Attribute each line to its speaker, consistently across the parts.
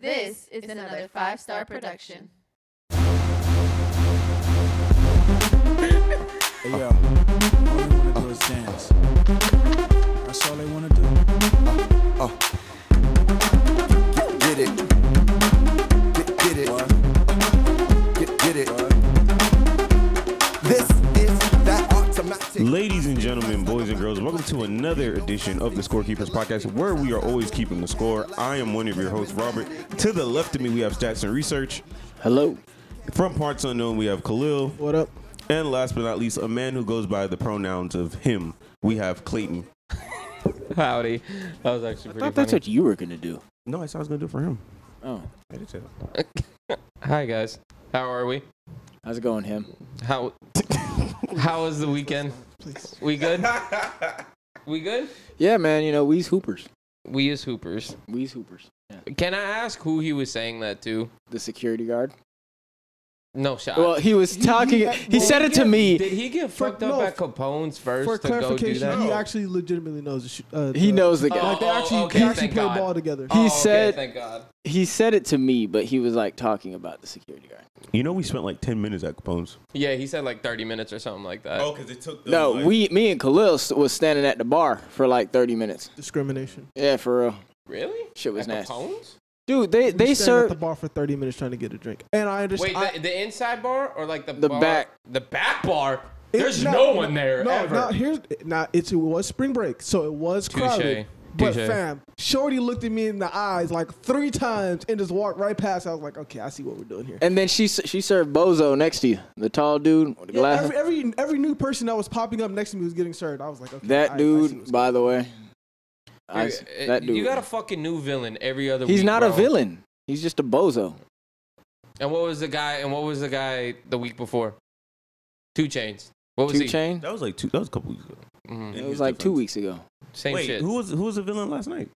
Speaker 1: This is another five star production.
Speaker 2: Hey, yo, all
Speaker 3: Oh.
Speaker 2: they wanna do is dance. That's all they wanna do.
Speaker 4: Get it. Get, get it.
Speaker 2: What?
Speaker 4: Get, get it.
Speaker 2: What?
Speaker 4: This is that automatic.
Speaker 5: Ladies and gentlemen, boys and girls, welcome to another edition of the Scorekeepers Podcast, where we are always keeping the score. I am one of your hosts, Robert. To the left of me, we have Stats and Research.
Speaker 6: Hello.
Speaker 5: From Parts Unknown, we have Khalil.
Speaker 6: What up?
Speaker 5: And last but not least, a man who goes by the pronouns of him, we have Clayton.
Speaker 7: Howdy. That was actually
Speaker 6: I
Speaker 7: pretty
Speaker 6: thought that's
Speaker 7: funny.
Speaker 6: what you were gonna do.
Speaker 5: No, I said I was going to do it for him.
Speaker 6: Oh,
Speaker 5: I did say that.
Speaker 7: Hi guys. How are we?
Speaker 6: how's it going, him?
Speaker 7: How How was the weekend? We good? we good?
Speaker 6: Yeah, man. You know, we's hoopers.
Speaker 7: We is Hoopers.
Speaker 6: We's hoopers. Yeah.
Speaker 7: Can I ask who he was saying that to?
Speaker 6: The security guard.
Speaker 7: No shot.
Speaker 6: Well, he was talking. He said it to me.
Speaker 7: Did he get
Speaker 3: For-
Speaker 7: fucked up
Speaker 3: no,
Speaker 7: at Capone's first
Speaker 3: For
Speaker 7: to go do
Speaker 3: clarification,
Speaker 7: that?
Speaker 3: he actually legitimately knows. The sh- uh,
Speaker 6: He
Speaker 3: the-
Speaker 6: knows the
Speaker 7: Oh,
Speaker 6: guy.
Speaker 3: Like they
Speaker 7: oh,
Speaker 3: actually,
Speaker 7: okay,
Speaker 3: they actually
Speaker 7: thank
Speaker 3: play
Speaker 7: God.
Speaker 3: ball together.
Speaker 7: Oh,
Speaker 6: He
Speaker 7: okay,
Speaker 6: said-
Speaker 7: thank God.
Speaker 6: He said it to me, but he was like talking about the security guard.
Speaker 5: You know, we spent like 10 minutes at Capone's.
Speaker 7: Yeah, he said like 30 minutes or something like
Speaker 6: Oh.
Speaker 7: that.
Speaker 5: because it
Speaker 3: Oh,
Speaker 5: took
Speaker 6: No, we, me and Khalil s- was standing at the bar for like thirty minutes.
Speaker 3: Discrimination.
Speaker 6: Yeah, for real.
Speaker 7: Really?
Speaker 6: Shit was
Speaker 7: at
Speaker 6: nasty.
Speaker 7: Capone's?
Speaker 6: Dude, they
Speaker 3: We
Speaker 6: they
Speaker 3: stand at
Speaker 6: serve
Speaker 3: the bar for thirty minutes trying to get a drink, and I understand.
Speaker 7: Wait,
Speaker 3: I,
Speaker 7: the, the inside bar or like the
Speaker 6: The
Speaker 7: bar-
Speaker 6: back.
Speaker 7: The back bar?
Speaker 3: it-
Speaker 7: There's no, one there
Speaker 3: No,
Speaker 7: ever.
Speaker 3: no. Here's now. It's it was spring break, so it was
Speaker 7: Touche.
Speaker 3: crowded. But
Speaker 7: Touche.
Speaker 3: fam, Shorty looked at me in the eyes like three times and just walked right past. I was like, okay, I see what we're doing here.
Speaker 6: and then she s- she served Bozo next to you, the tall dude with the
Speaker 3: Yeah,
Speaker 6: glasses.
Speaker 3: every, every every new person that was popping up next to me was getting served. I was like, okay, I-
Speaker 6: that
Speaker 3: I see
Speaker 6: dude,
Speaker 3: what's-
Speaker 6: by the way. I,
Speaker 7: You-
Speaker 6: s-
Speaker 7: uh,
Speaker 6: that dude.
Speaker 7: You got a fucking new villain every other week.
Speaker 6: He's not a
Speaker 7: bro.
Speaker 6: villain. He's just a bozo.
Speaker 7: And what was the guy? And what was the guy the week before? Two Chains. What was
Speaker 6: Two
Speaker 7: he?
Speaker 6: chain.
Speaker 5: That was like two, that was a couple weeks ago.
Speaker 7: Mhm.
Speaker 6: It was like two weeks ago.
Speaker 7: Same
Speaker 5: Wait,
Speaker 7: shit.
Speaker 5: who was who was the villain last night?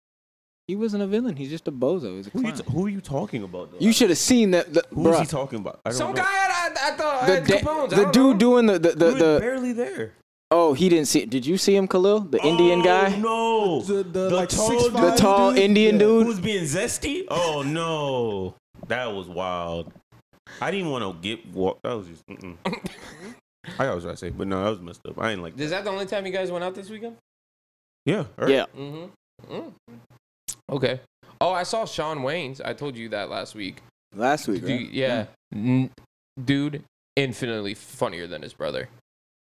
Speaker 6: He wasn't a villain. He's just a bozo. He's a
Speaker 5: Who, you,
Speaker 6: clown.
Speaker 5: t- who are you talking about? Though?
Speaker 6: you should have seen that. The,
Speaker 5: Who was he
Speaker 6: bruh,
Speaker 5: talking about? I don't
Speaker 7: Some
Speaker 5: know.
Speaker 7: guy at, at, at the,
Speaker 6: the,
Speaker 7: at
Speaker 6: da-
Speaker 7: Capone's. I
Speaker 6: the
Speaker 7: don't
Speaker 6: dude
Speaker 7: know.
Speaker 6: doing the the, the,
Speaker 5: We were
Speaker 6: the
Speaker 5: barely there.
Speaker 6: oh he didn't see. Did you see him, Khalil? The Indian
Speaker 5: Oh,
Speaker 6: guy,
Speaker 5: No,
Speaker 3: The- the, like,
Speaker 5: tall
Speaker 3: six
Speaker 5: dude
Speaker 3: five-
Speaker 6: the tall
Speaker 3: dude?
Speaker 6: Indian
Speaker 3: Yeah.
Speaker 5: who
Speaker 6: dude.
Speaker 5: was being zesty. Oh no, that was wild. I didn't want to get walked. That was just. Mm-mm. I always try to say, but no, that was messed up. I ain't like.
Speaker 7: Is that the only time you guys went out this weekend?
Speaker 5: Yeah, all right.
Speaker 6: Yeah,
Speaker 7: Mm-hmm. Mm. Okay. Oh, I saw Sean Wayne's. I told you that last week.
Speaker 6: last week.
Speaker 7: Dude,
Speaker 6: Right?
Speaker 7: yeah. N- dude, infinitely funnier than his brother.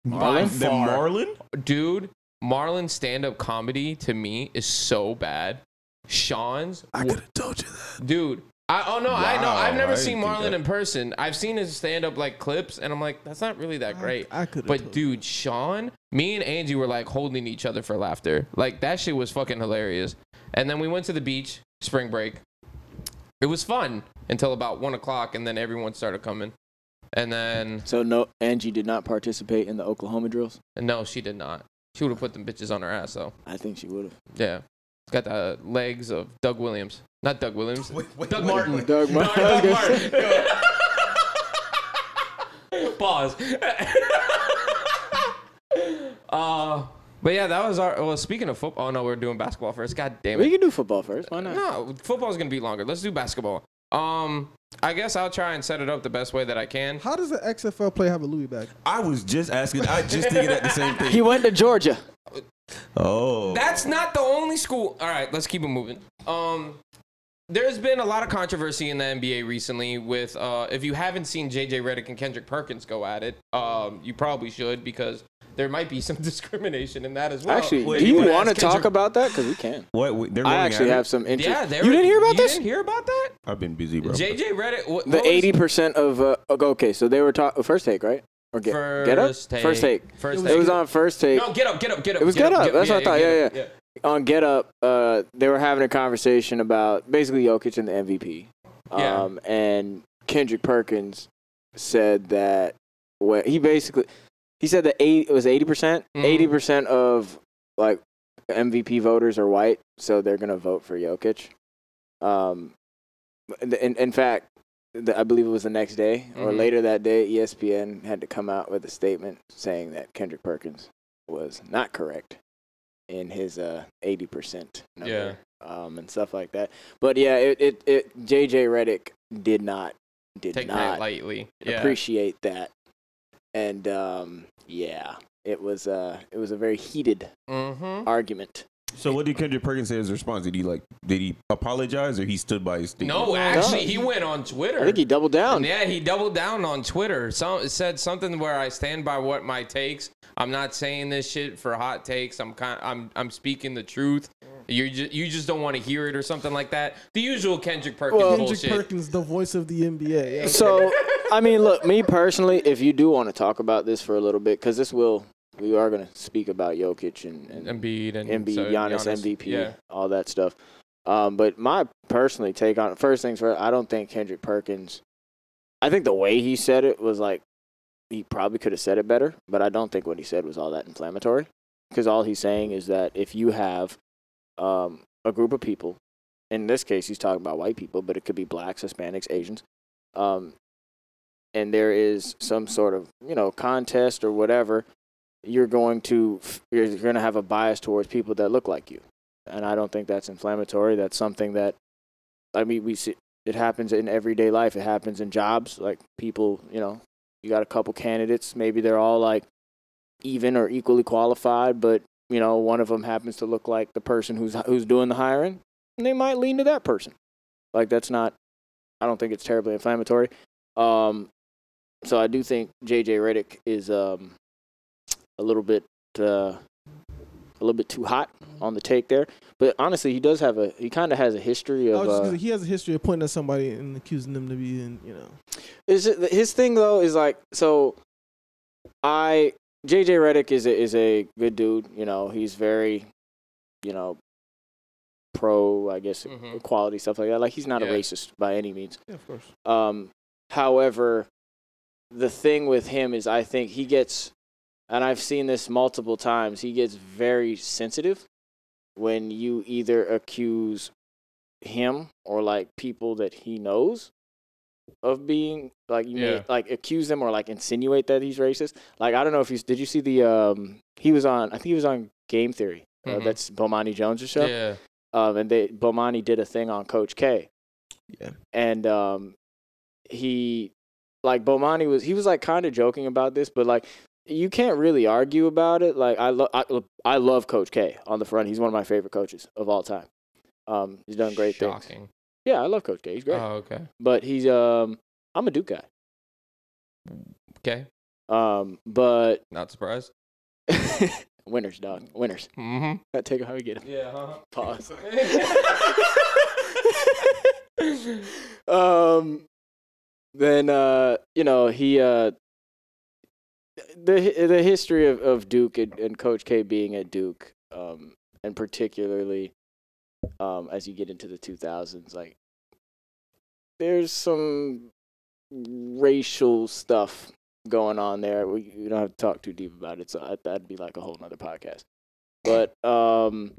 Speaker 7: By
Speaker 6: Marlon?
Speaker 5: Then
Speaker 7: far.
Speaker 5: Marlon.
Speaker 7: dude, Marlon's stand-up comedy to me is so bad. Sean's,
Speaker 3: I could have told you that.
Speaker 7: dude. I oh no, I know.
Speaker 5: Wow,
Speaker 7: I've never
Speaker 5: I
Speaker 7: seen
Speaker 5: didn't think
Speaker 7: Marlon
Speaker 5: that-
Speaker 7: in person. I've seen his stand-up like clips, and I'm like, that's not really that great.
Speaker 3: I, I could.
Speaker 7: but dude, Sean, me and Angie were like holding each other for laughter. Like that shit was fucking hilarious. And then we went to the beach, spring break. It was fun until about one o'clock, and then everyone started coming. And then
Speaker 6: So no, Angie did not participate in the Oklahoma drills.
Speaker 7: no, she did not. She would have put them bitches on her ass though.
Speaker 6: I think she would have.
Speaker 7: Yeah. It's got the uh, legs of Doug Williams. Not Doug Williams. Doug Martin.
Speaker 6: Doug Martin. I was
Speaker 7: Doug
Speaker 6: gonna
Speaker 7: Martin.
Speaker 6: say-
Speaker 7: Pause. uh, but yeah, that was our. Well, speaking of football, oh no, we're doing basketball first. God damn
Speaker 6: We
Speaker 7: it.
Speaker 6: can do football first. Why not?
Speaker 7: No, football's gonna be longer. Let's do basketball. Um, I guess I'll try and set it up the best way that I can.
Speaker 3: how does an XFL player have a Louis bag?
Speaker 5: I was just asking. I just thinking that the same thing.
Speaker 6: He went to Georgia.
Speaker 5: oh,
Speaker 7: That's not the only school. All right, let's keep it moving. Um, there's been a lot of controversy in the NBA recently with uh, if you haven't seen JJ Redick and Kendrick Perkins go at it, um, you probably should because there might be some discrimination in that as well.
Speaker 6: Actually,
Speaker 5: wait,
Speaker 6: do
Speaker 5: you
Speaker 6: you
Speaker 5: wanna
Speaker 6: want to
Speaker 7: ask
Speaker 6: talk
Speaker 7: Kendrick-
Speaker 6: about that? Because we can.
Speaker 5: what? Wait, they're
Speaker 6: I
Speaker 5: going
Speaker 6: actually
Speaker 5: at it?
Speaker 6: have some interest.
Speaker 7: yeah, there
Speaker 6: you didn't hear about
Speaker 7: you
Speaker 6: this?
Speaker 7: Didn't hear about that?
Speaker 5: I've been busy, bro.
Speaker 7: JJ Redick, what,
Speaker 6: The
Speaker 7: what was-
Speaker 6: eighty percent of uh, okay, okay, so they were talking first take, right? Or get get up
Speaker 7: First Take.
Speaker 6: first take.
Speaker 7: First
Speaker 6: It
Speaker 7: Take.
Speaker 6: was on first take.
Speaker 7: No, get up, get up, get up.
Speaker 6: It was Get Up, that's what I
Speaker 7: get
Speaker 6: thought,
Speaker 7: up,
Speaker 6: On get up, uh, they were having a conversation about basically Jokic and the MVP.
Speaker 7: Yeah.
Speaker 6: Um, and Kendrick Perkins said that when he basically he said that eight it was eighty percent.
Speaker 7: Mhm.
Speaker 6: Eighty percent of like MVP voters are white, so they're gonna vote for Jokic. Um, in, in, in fact, the, I believe it was the next day or
Speaker 7: Mhm.
Speaker 6: later that day, E ESPN had to come out with a statement saying that Kendrick Perkins was not correct in his uh, 80% number
Speaker 7: Yeah.
Speaker 6: um, and stuff like that. But yeah, it, it, it JJ Reddick did not did
Speaker 7: Take that
Speaker 6: not
Speaker 7: lightly. Yeah.
Speaker 6: appreciate that, and um, yeah, it was uh it was a very heated
Speaker 7: mm-hmm.
Speaker 6: argument.
Speaker 5: So what did Kendrick Perkins say as a response? Did he like? Did he apologize or he stood by his statement?
Speaker 7: No, actually, he went on Twitter.
Speaker 6: I think he doubled down.
Speaker 7: Oh, Yeah, he doubled down on Twitter. Some it said something where I stand by what my takes. I'm not saying this shit for hot takes. I'm kind. I'm I'm speaking the truth. You just you just don't want to hear it or something like that. The usual Kendrick Perkins
Speaker 6: Well-
Speaker 3: Kendrick
Speaker 7: bullshit.
Speaker 3: Perkins, the voice of the NBA. Yeah.
Speaker 6: So, I mean, look, me personally, if you do want to talk about this for a little bit, because this will, we are going to speak about Jokic and, and,
Speaker 7: Embiid and
Speaker 6: MB,
Speaker 7: so
Speaker 6: Giannis, MVP,
Speaker 7: Yeah.
Speaker 6: all that stuff. Um, but my personally take on first things first, I don't think Kendrick Perkins. I think the way he said it was like he probably could have said it better, but I don't think what he said was all that inflammatory because all he's saying is that if you have um, a group of people, in this case he's talking about white people, but it could be blacks, Hispanics, Asians, um, and there is some sort of you know contest or whatever, you're going to you're going to have a bias towards people that look like you, and I don't think that's inflammatory. That's something that I mean we see it happens in everyday life. It happens in jobs. Like people, you know, you got a couple candidates. Maybe they're all like even or equally qualified, but you know, one of them happens to look like the person who's who's doing the hiring, and they might lean to that person. Like that's not. I don't think it's terribly inflammatory. Um, so I do think JJ Reddick is um, a little bit uh, a little bit too hot on the take there. But honestly, he does have a he kind of has a history
Speaker 3: I
Speaker 6: of.
Speaker 3: was Oh, just
Speaker 6: uh,
Speaker 3: gonna say, he has a history of pointing at somebody and accusing them to be in, you know.
Speaker 6: Is it, his thing though is like so. I JJ Reddick is a, is a good dude. You know, he's very, you know, pro. I guess
Speaker 7: Mhm.
Speaker 6: equality stuff like that. Like he's not
Speaker 7: Yeah.
Speaker 6: a racist by any means.
Speaker 3: Yeah, of course.
Speaker 6: Um, however, the thing with him is I think he gets, and I've seen this multiple times. He gets very sensitive when you either accuse him or like people that he knows of being like you may,
Speaker 7: Yeah.
Speaker 6: like accuse them or like insinuate that he's racist. Like I don't know if he's did you see the um he was on I think he was on Game Theory. Uh,
Speaker 7: Mhm.
Speaker 6: that's Bomani Jones' show.
Speaker 7: Yeah.
Speaker 6: Um, and they Bomani did a thing on Coach K.
Speaker 3: Yeah.
Speaker 6: And um, he like Bomani was he was like kind of joking about this, but like you can't really argue about it. Like I love I, I love Coach K on the front. He's one of my favorite coaches of all time. Um, he's done great things.
Speaker 7: Shocking.
Speaker 6: Yeah, I love Coach K. He's great.
Speaker 7: Oh, okay.
Speaker 6: but he's um I'm a Duke guy.
Speaker 7: Okay.
Speaker 6: Um, but
Speaker 7: Not surprised.
Speaker 6: winners, dog. Winners.
Speaker 7: Mm-hmm.
Speaker 6: Gotta take 'em how we get 'em.
Speaker 7: Yeah.
Speaker 6: Pause.
Speaker 7: huh?
Speaker 6: um then uh you know he uh the the history of, of Duke and, and Coach K being at Duke um and particularly um as you get into the 2000s like there's some racial stuff going on there we, we don't have to talk too deep about it so I, that'd be like a whole nother podcast but um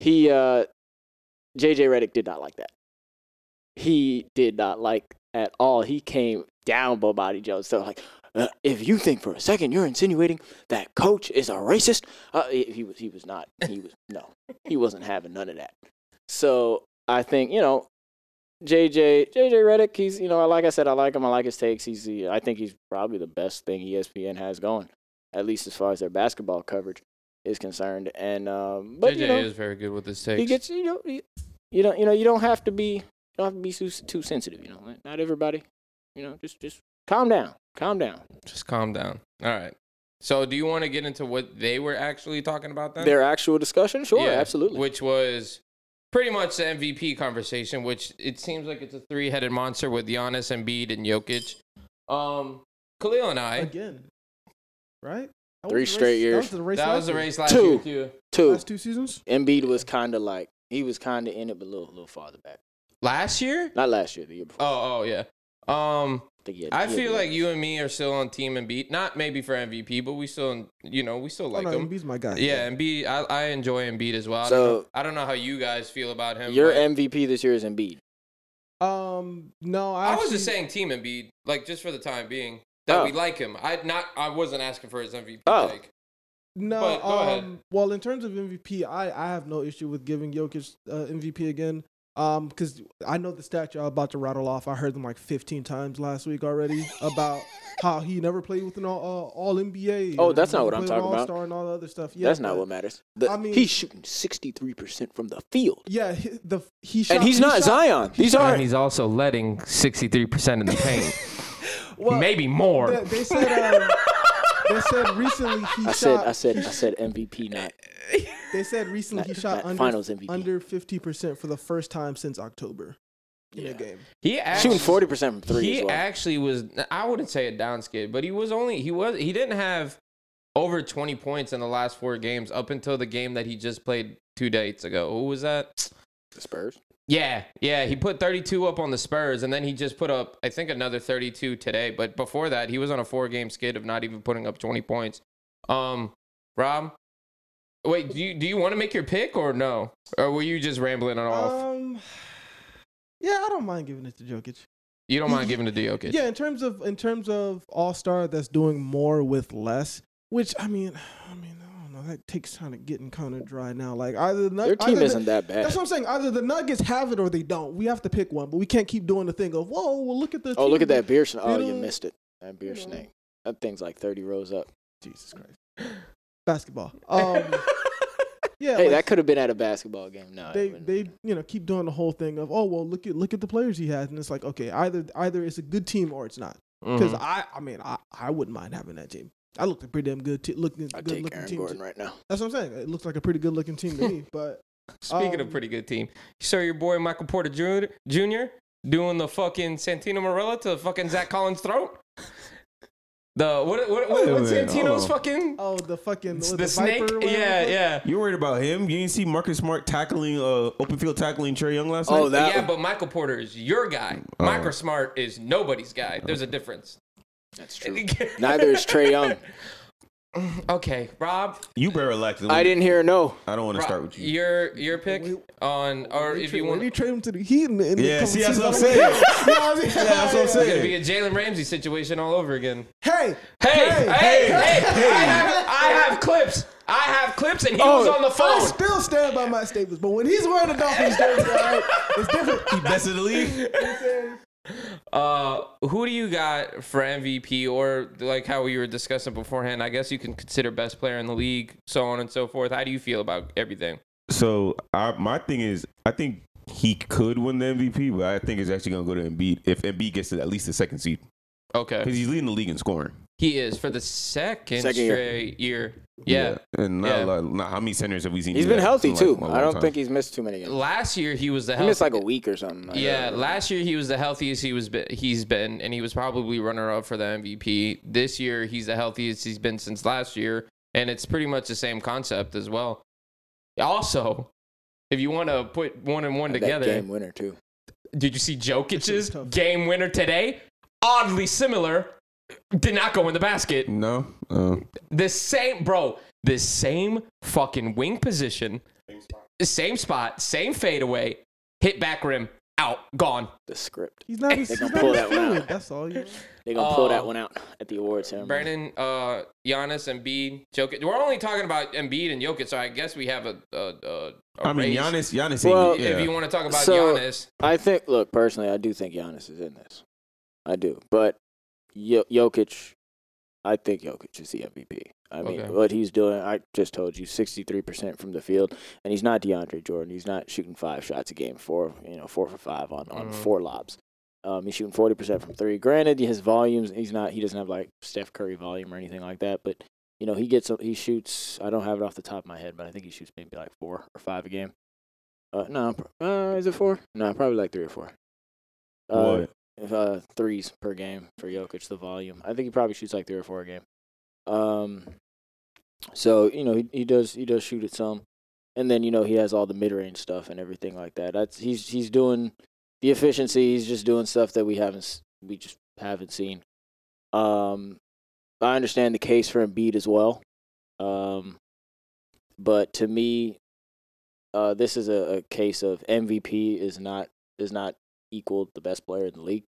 Speaker 6: he uh JJ Reddick did not like that he did not like at all. He came down Bobby Jones. So like, uh, if you think for a second you're insinuating that coach is a racist, uh, he, he was he was not. He was no, he wasn't having none of that. So I think you know, JJ JJ Reddick. He's you know like I said, I like him. I like his takes. He's he- I think he's probably the best thing E ESPN has going, at least as far as their basketball coverage is concerned. And um, but
Speaker 7: JJ
Speaker 6: you know,
Speaker 7: is very good with his takes.
Speaker 6: he gets you know you, you don't you know you don't have to be you don't have to be too, too sensitive you know Like, not everybody you know just just calm down calm down
Speaker 7: Just calm down. All right. So, do you want to get into what they were actually talking about then?
Speaker 6: their actual discussion sure
Speaker 7: Yeah,
Speaker 6: absolutely
Speaker 7: Which was pretty much the MVP conversation, which it seems like it's a three headed monster with Giannis, Embiid, and Jokic. Um, Khalil and I.
Speaker 3: Again, right? That
Speaker 6: Three
Speaker 3: was the
Speaker 6: straight
Speaker 3: race-
Speaker 6: years.
Speaker 3: That was the race.
Speaker 7: That
Speaker 3: last
Speaker 7: was the
Speaker 3: year.
Speaker 7: race last
Speaker 6: Two.
Speaker 7: year, too.
Speaker 6: two
Speaker 3: Last two seasons.
Speaker 6: Embiid was kind of like he was kind of in it but a little, little farther back
Speaker 7: Last year?
Speaker 6: not last year the year before
Speaker 7: Oh, oh, yeah. Um,
Speaker 6: I, think he had-
Speaker 7: I
Speaker 6: he had
Speaker 7: feel
Speaker 6: the-
Speaker 7: like you and me are still on team Embiid. Not maybe for MVP, but we still, you know, we still like
Speaker 3: oh no,
Speaker 7: him.
Speaker 3: Embiid's my guy.
Speaker 7: Yeah, Embiid. I, I enjoy Embiid as well. I, don't
Speaker 6: So-
Speaker 7: know, I don't know how you guys feel about him.
Speaker 6: your
Speaker 7: but-
Speaker 6: MVP this year is Embiid
Speaker 3: Um. No, I,
Speaker 7: I was
Speaker 3: actually-
Speaker 7: just saying team Embiid, like just for the time being, that
Speaker 6: Oh.
Speaker 7: we like him. I not I wasn't asking for his MVP
Speaker 6: Oh.
Speaker 7: take.
Speaker 3: No,
Speaker 7: But go ahead.
Speaker 3: um, well, in terms of MVP, I, I have no issue with giving Jokic uh, MVP again. Um, because I know the stat y'all about to rattle off. I heard them like 15 times last week already about how he never played with an all, uh, all NBA.
Speaker 6: Oh,
Speaker 3: and
Speaker 6: that's not
Speaker 3: never
Speaker 6: what I'm
Speaker 3: played
Speaker 6: talking
Speaker 3: an
Speaker 6: about.
Speaker 3: All-Star and all the other stuff. Yeah,
Speaker 6: That's not
Speaker 3: but-
Speaker 6: what matters. The-
Speaker 3: I mean-
Speaker 6: he's shooting 63% from the field.
Speaker 3: Yeah, he, the he shot,
Speaker 6: And he's
Speaker 3: he
Speaker 6: not
Speaker 3: shot-
Speaker 6: Zion. These are
Speaker 7: And he's also letting 63% in the paint.
Speaker 3: Well,
Speaker 7: Maybe more.
Speaker 3: They, they said. Um, they said recently he
Speaker 6: I
Speaker 3: shot.
Speaker 6: said I said I said MVP not
Speaker 3: they said recently he
Speaker 6: not-
Speaker 3: shot
Speaker 6: not
Speaker 3: under
Speaker 6: finals MVP.
Speaker 3: under 50 percent for the first time since October in a
Speaker 6: Yeah.
Speaker 3: game.
Speaker 7: He actually,
Speaker 6: shooting 40% from 3
Speaker 7: he
Speaker 6: as well.
Speaker 7: actually was I wouldn't say a down skid, but he was only he was he didn't have over 20 points in the last four games up until the game that he just played two dates ago. Who was that?
Speaker 6: the Spurs.
Speaker 7: Yeah, yeah, he put 32 up on the Spurs and then he just put up I think another 32 today, but before that he was on a four-game skid of not even putting up 20 points. Um Rob Wait, do you do you want to make your pick or no? Or were you just rambling it off?
Speaker 3: Um, yeah, I don't mind giving it to Jokic.
Speaker 7: you don't mind giving it to Jokic.
Speaker 3: Yeah, in terms of in terms of All Star, that's doing more with less. Which I mean, I mean, I don't know. That takes kind of getting kind of dry now. Like either the Nug-
Speaker 6: Their team
Speaker 3: either
Speaker 6: isn't
Speaker 3: the,
Speaker 6: that bad.
Speaker 3: That's what I'm saying. Either the Nuggets have it or they don't. We have to pick one, but we can't keep doing the thing of whoa. Well, look at the.
Speaker 6: Oh, look at
Speaker 3: team."
Speaker 6: that beer snake. Oh, you
Speaker 3: know-
Speaker 6: missed it. That beer
Speaker 3: you know.
Speaker 6: snake. That thing's like 30 rows up.
Speaker 3: Jesus Christ. Basketball. Um, yeah.
Speaker 6: Hey,
Speaker 3: like,
Speaker 6: that could have been at a basketball game. No, it
Speaker 3: they
Speaker 6: wouldn't.
Speaker 3: they you know keep doing the whole thing of oh well look at look at the players he has and it's like okay either either it's a good team or it's not
Speaker 7: Mm-hmm.
Speaker 3: because I I mean I I wouldn't mind having that team. I looked a pretty damn good te- looking
Speaker 6: I'd
Speaker 3: good
Speaker 6: take
Speaker 3: looking
Speaker 6: Aaron
Speaker 3: team.
Speaker 6: Gordon
Speaker 3: to-
Speaker 6: right now.
Speaker 3: That's what I'm saying. It looks like a pretty good looking team to me. But
Speaker 7: Speaking of
Speaker 3: Um,
Speaker 7: pretty good team, you saw your boy Michael Porter Jr. Jr. doing the fucking Santino Morella to fucking Zach Collins' throat. The what what, what
Speaker 5: Wait a
Speaker 7: what's
Speaker 5: minute, hold
Speaker 7: Santino's
Speaker 5: on.
Speaker 7: fucking
Speaker 3: oh the fucking
Speaker 7: the,
Speaker 3: the,
Speaker 7: snake?
Speaker 3: Viper or whatever
Speaker 7: Yeah,
Speaker 3: it was.
Speaker 7: yeah.
Speaker 5: You worried about him? You didn't see Marcus Smart tackling, uh, open field tackling Trey Young last
Speaker 6: Oh,
Speaker 5: night?
Speaker 6: that.
Speaker 7: yeah, but Michael Porter is your guy.
Speaker 5: Oh.
Speaker 7: Micro Smart is nobody's guy. There's a difference.
Speaker 6: that's true. Neither is Trey Young.
Speaker 7: okay, Rob,
Speaker 5: You better relax.
Speaker 6: I didn't hear no.
Speaker 5: I don't want to
Speaker 7: Rob,
Speaker 5: start with you.
Speaker 7: your your pick
Speaker 3: We-
Speaker 7: on or
Speaker 3: Maybe
Speaker 7: if you
Speaker 3: tra-
Speaker 7: want
Speaker 3: maybe trade him to the Heat and, and
Speaker 5: Yeah,
Speaker 3: come
Speaker 5: see,
Speaker 3: see
Speaker 5: that's what I'm
Speaker 3: us.
Speaker 5: saying.
Speaker 3: Yeah, I mean,
Speaker 5: Yeah, that's what I'm
Speaker 7: it's gonna be
Speaker 5: saying.
Speaker 7: a Jalen Ramsey situation all over again.
Speaker 3: Hey,
Speaker 7: Hey, hey, hey,
Speaker 3: hey, Oh,
Speaker 7: I, have, I have clips. I have clips, and he was Oh, on the
Speaker 3: I
Speaker 7: phone.
Speaker 3: still stand by my statements, but when he's wearing a Dolphins jersey, all right, it's different.
Speaker 5: He best in the league.
Speaker 7: Uh, who do you got for MVP, or like how we were discussing beforehand? I guess you can consider best player in the league, so on and so forth. How do you feel about everything?
Speaker 5: So I, my thing is, I think he could win the MVP, but I think it's actually going to go to Embiid if Embiid gets to at least the second seed
Speaker 7: Okay,
Speaker 5: because he's leading the league in scoring.
Speaker 7: he is for the second,
Speaker 6: Second year.
Speaker 7: straight year. Yeah.
Speaker 5: and not,
Speaker 7: Yeah.
Speaker 5: a lot not how many centers have we seen?
Speaker 6: He's
Speaker 5: do
Speaker 6: been
Speaker 5: that
Speaker 6: healthy
Speaker 5: in, like,
Speaker 6: too.
Speaker 5: a long
Speaker 6: I don't
Speaker 5: time?
Speaker 6: think he's missed too many games.
Speaker 7: last year he was the
Speaker 6: He missed
Speaker 7: health.
Speaker 6: like a week or something. like uh,
Speaker 7: Yeah,
Speaker 6: that.
Speaker 7: last year he was the healthiest he was be- he's been, and he was probably runner up for the MVP. This year he's the healthiest he's been since last year, and it's pretty much the same concept as well. Also, if you want to put one and one
Speaker 6: That
Speaker 7: together,
Speaker 6: game winner too.
Speaker 7: did you see Jokic's
Speaker 3: tough.
Speaker 7: game winner today? Oddly similar, did not go in the basket.
Speaker 5: No, uh,
Speaker 7: The same, bro. The same fucking wing position, same spot, same fadeaway, hit back rim, out, gone.
Speaker 6: The script.
Speaker 3: He's not. He's
Speaker 6: They
Speaker 3: not
Speaker 6: gonna pull that one
Speaker 3: feeling.
Speaker 6: out.
Speaker 3: That's all. You know?
Speaker 6: They gonna pull
Speaker 7: Uh,
Speaker 6: that one out at the awards ceremony.
Speaker 7: Brandon, uh, Giannis, Embiid, Jokic. We're only talking about Embiid and Jokic, so I guess we have a. a, a, a
Speaker 5: I mean
Speaker 7: race.
Speaker 5: Giannis. Giannis.
Speaker 6: Well,
Speaker 5: ain't, yeah.
Speaker 7: If you want to talk about
Speaker 6: So-
Speaker 7: Giannis,
Speaker 6: I think. Look, personally, I do think Giannis is in this. I do, but Yo- Jokic, I think Jokic is the MVP. I mean,
Speaker 7: Okay.
Speaker 6: what he's doing, I just told you, sixty-three percent from the field, and he's not DeAndre Jordan. He's not shooting five shots a game, four, you know, four for five on on
Speaker 7: Mhm.
Speaker 6: four lobs. Um, he's shooting forty percent from three. Granted, his volumes, he's not, he doesn't have like Steph Curry volume or anything like that, but you know, he gets, he shoots. I don't have it off the top of my head, but I think he shoots maybe like four or five a game. Uh, no, pro- uh, is it four? No, probably like three or four. Uh,
Speaker 5: What?
Speaker 6: if, uh, threes per game for Jokic, the volume. I think he probably shoots like three or four a game. Um, so you know he he does he does shoot it some, and then you know he has all the mid range stuff and everything like that. That's he's he's doing the efficiency. He's just doing stuff that we haven't s- we just haven't seen. Um, I understand the case for Embiid as well. Um, but to me, uh, this is a, a case of MVP is not is not Um, equal the best player in the league.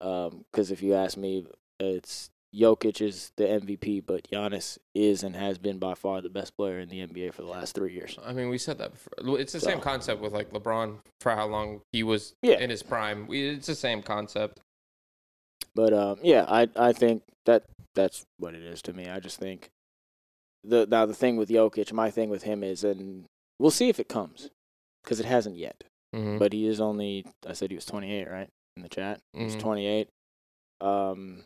Speaker 6: Because if you ask me, it's Jokic is the MVP, but Giannis is and has been by far the best player in the NBA for the last three years.
Speaker 7: I mean, we said that before. Well, It's the same
Speaker 6: So-
Speaker 7: concept with like LeBron for how long he was
Speaker 6: Yeah.
Speaker 7: in his prime. We, it's the same concept.
Speaker 6: But um, yeah, I I think that that's what it is to me. I just think the now the thing with Jokic, my thing with him is, and we'll see if it comes because it hasn't yet.
Speaker 7: Mhm.
Speaker 6: But he is only I said he was 28, right? In the chat, he's
Speaker 7: Mhm.
Speaker 6: 28. Um,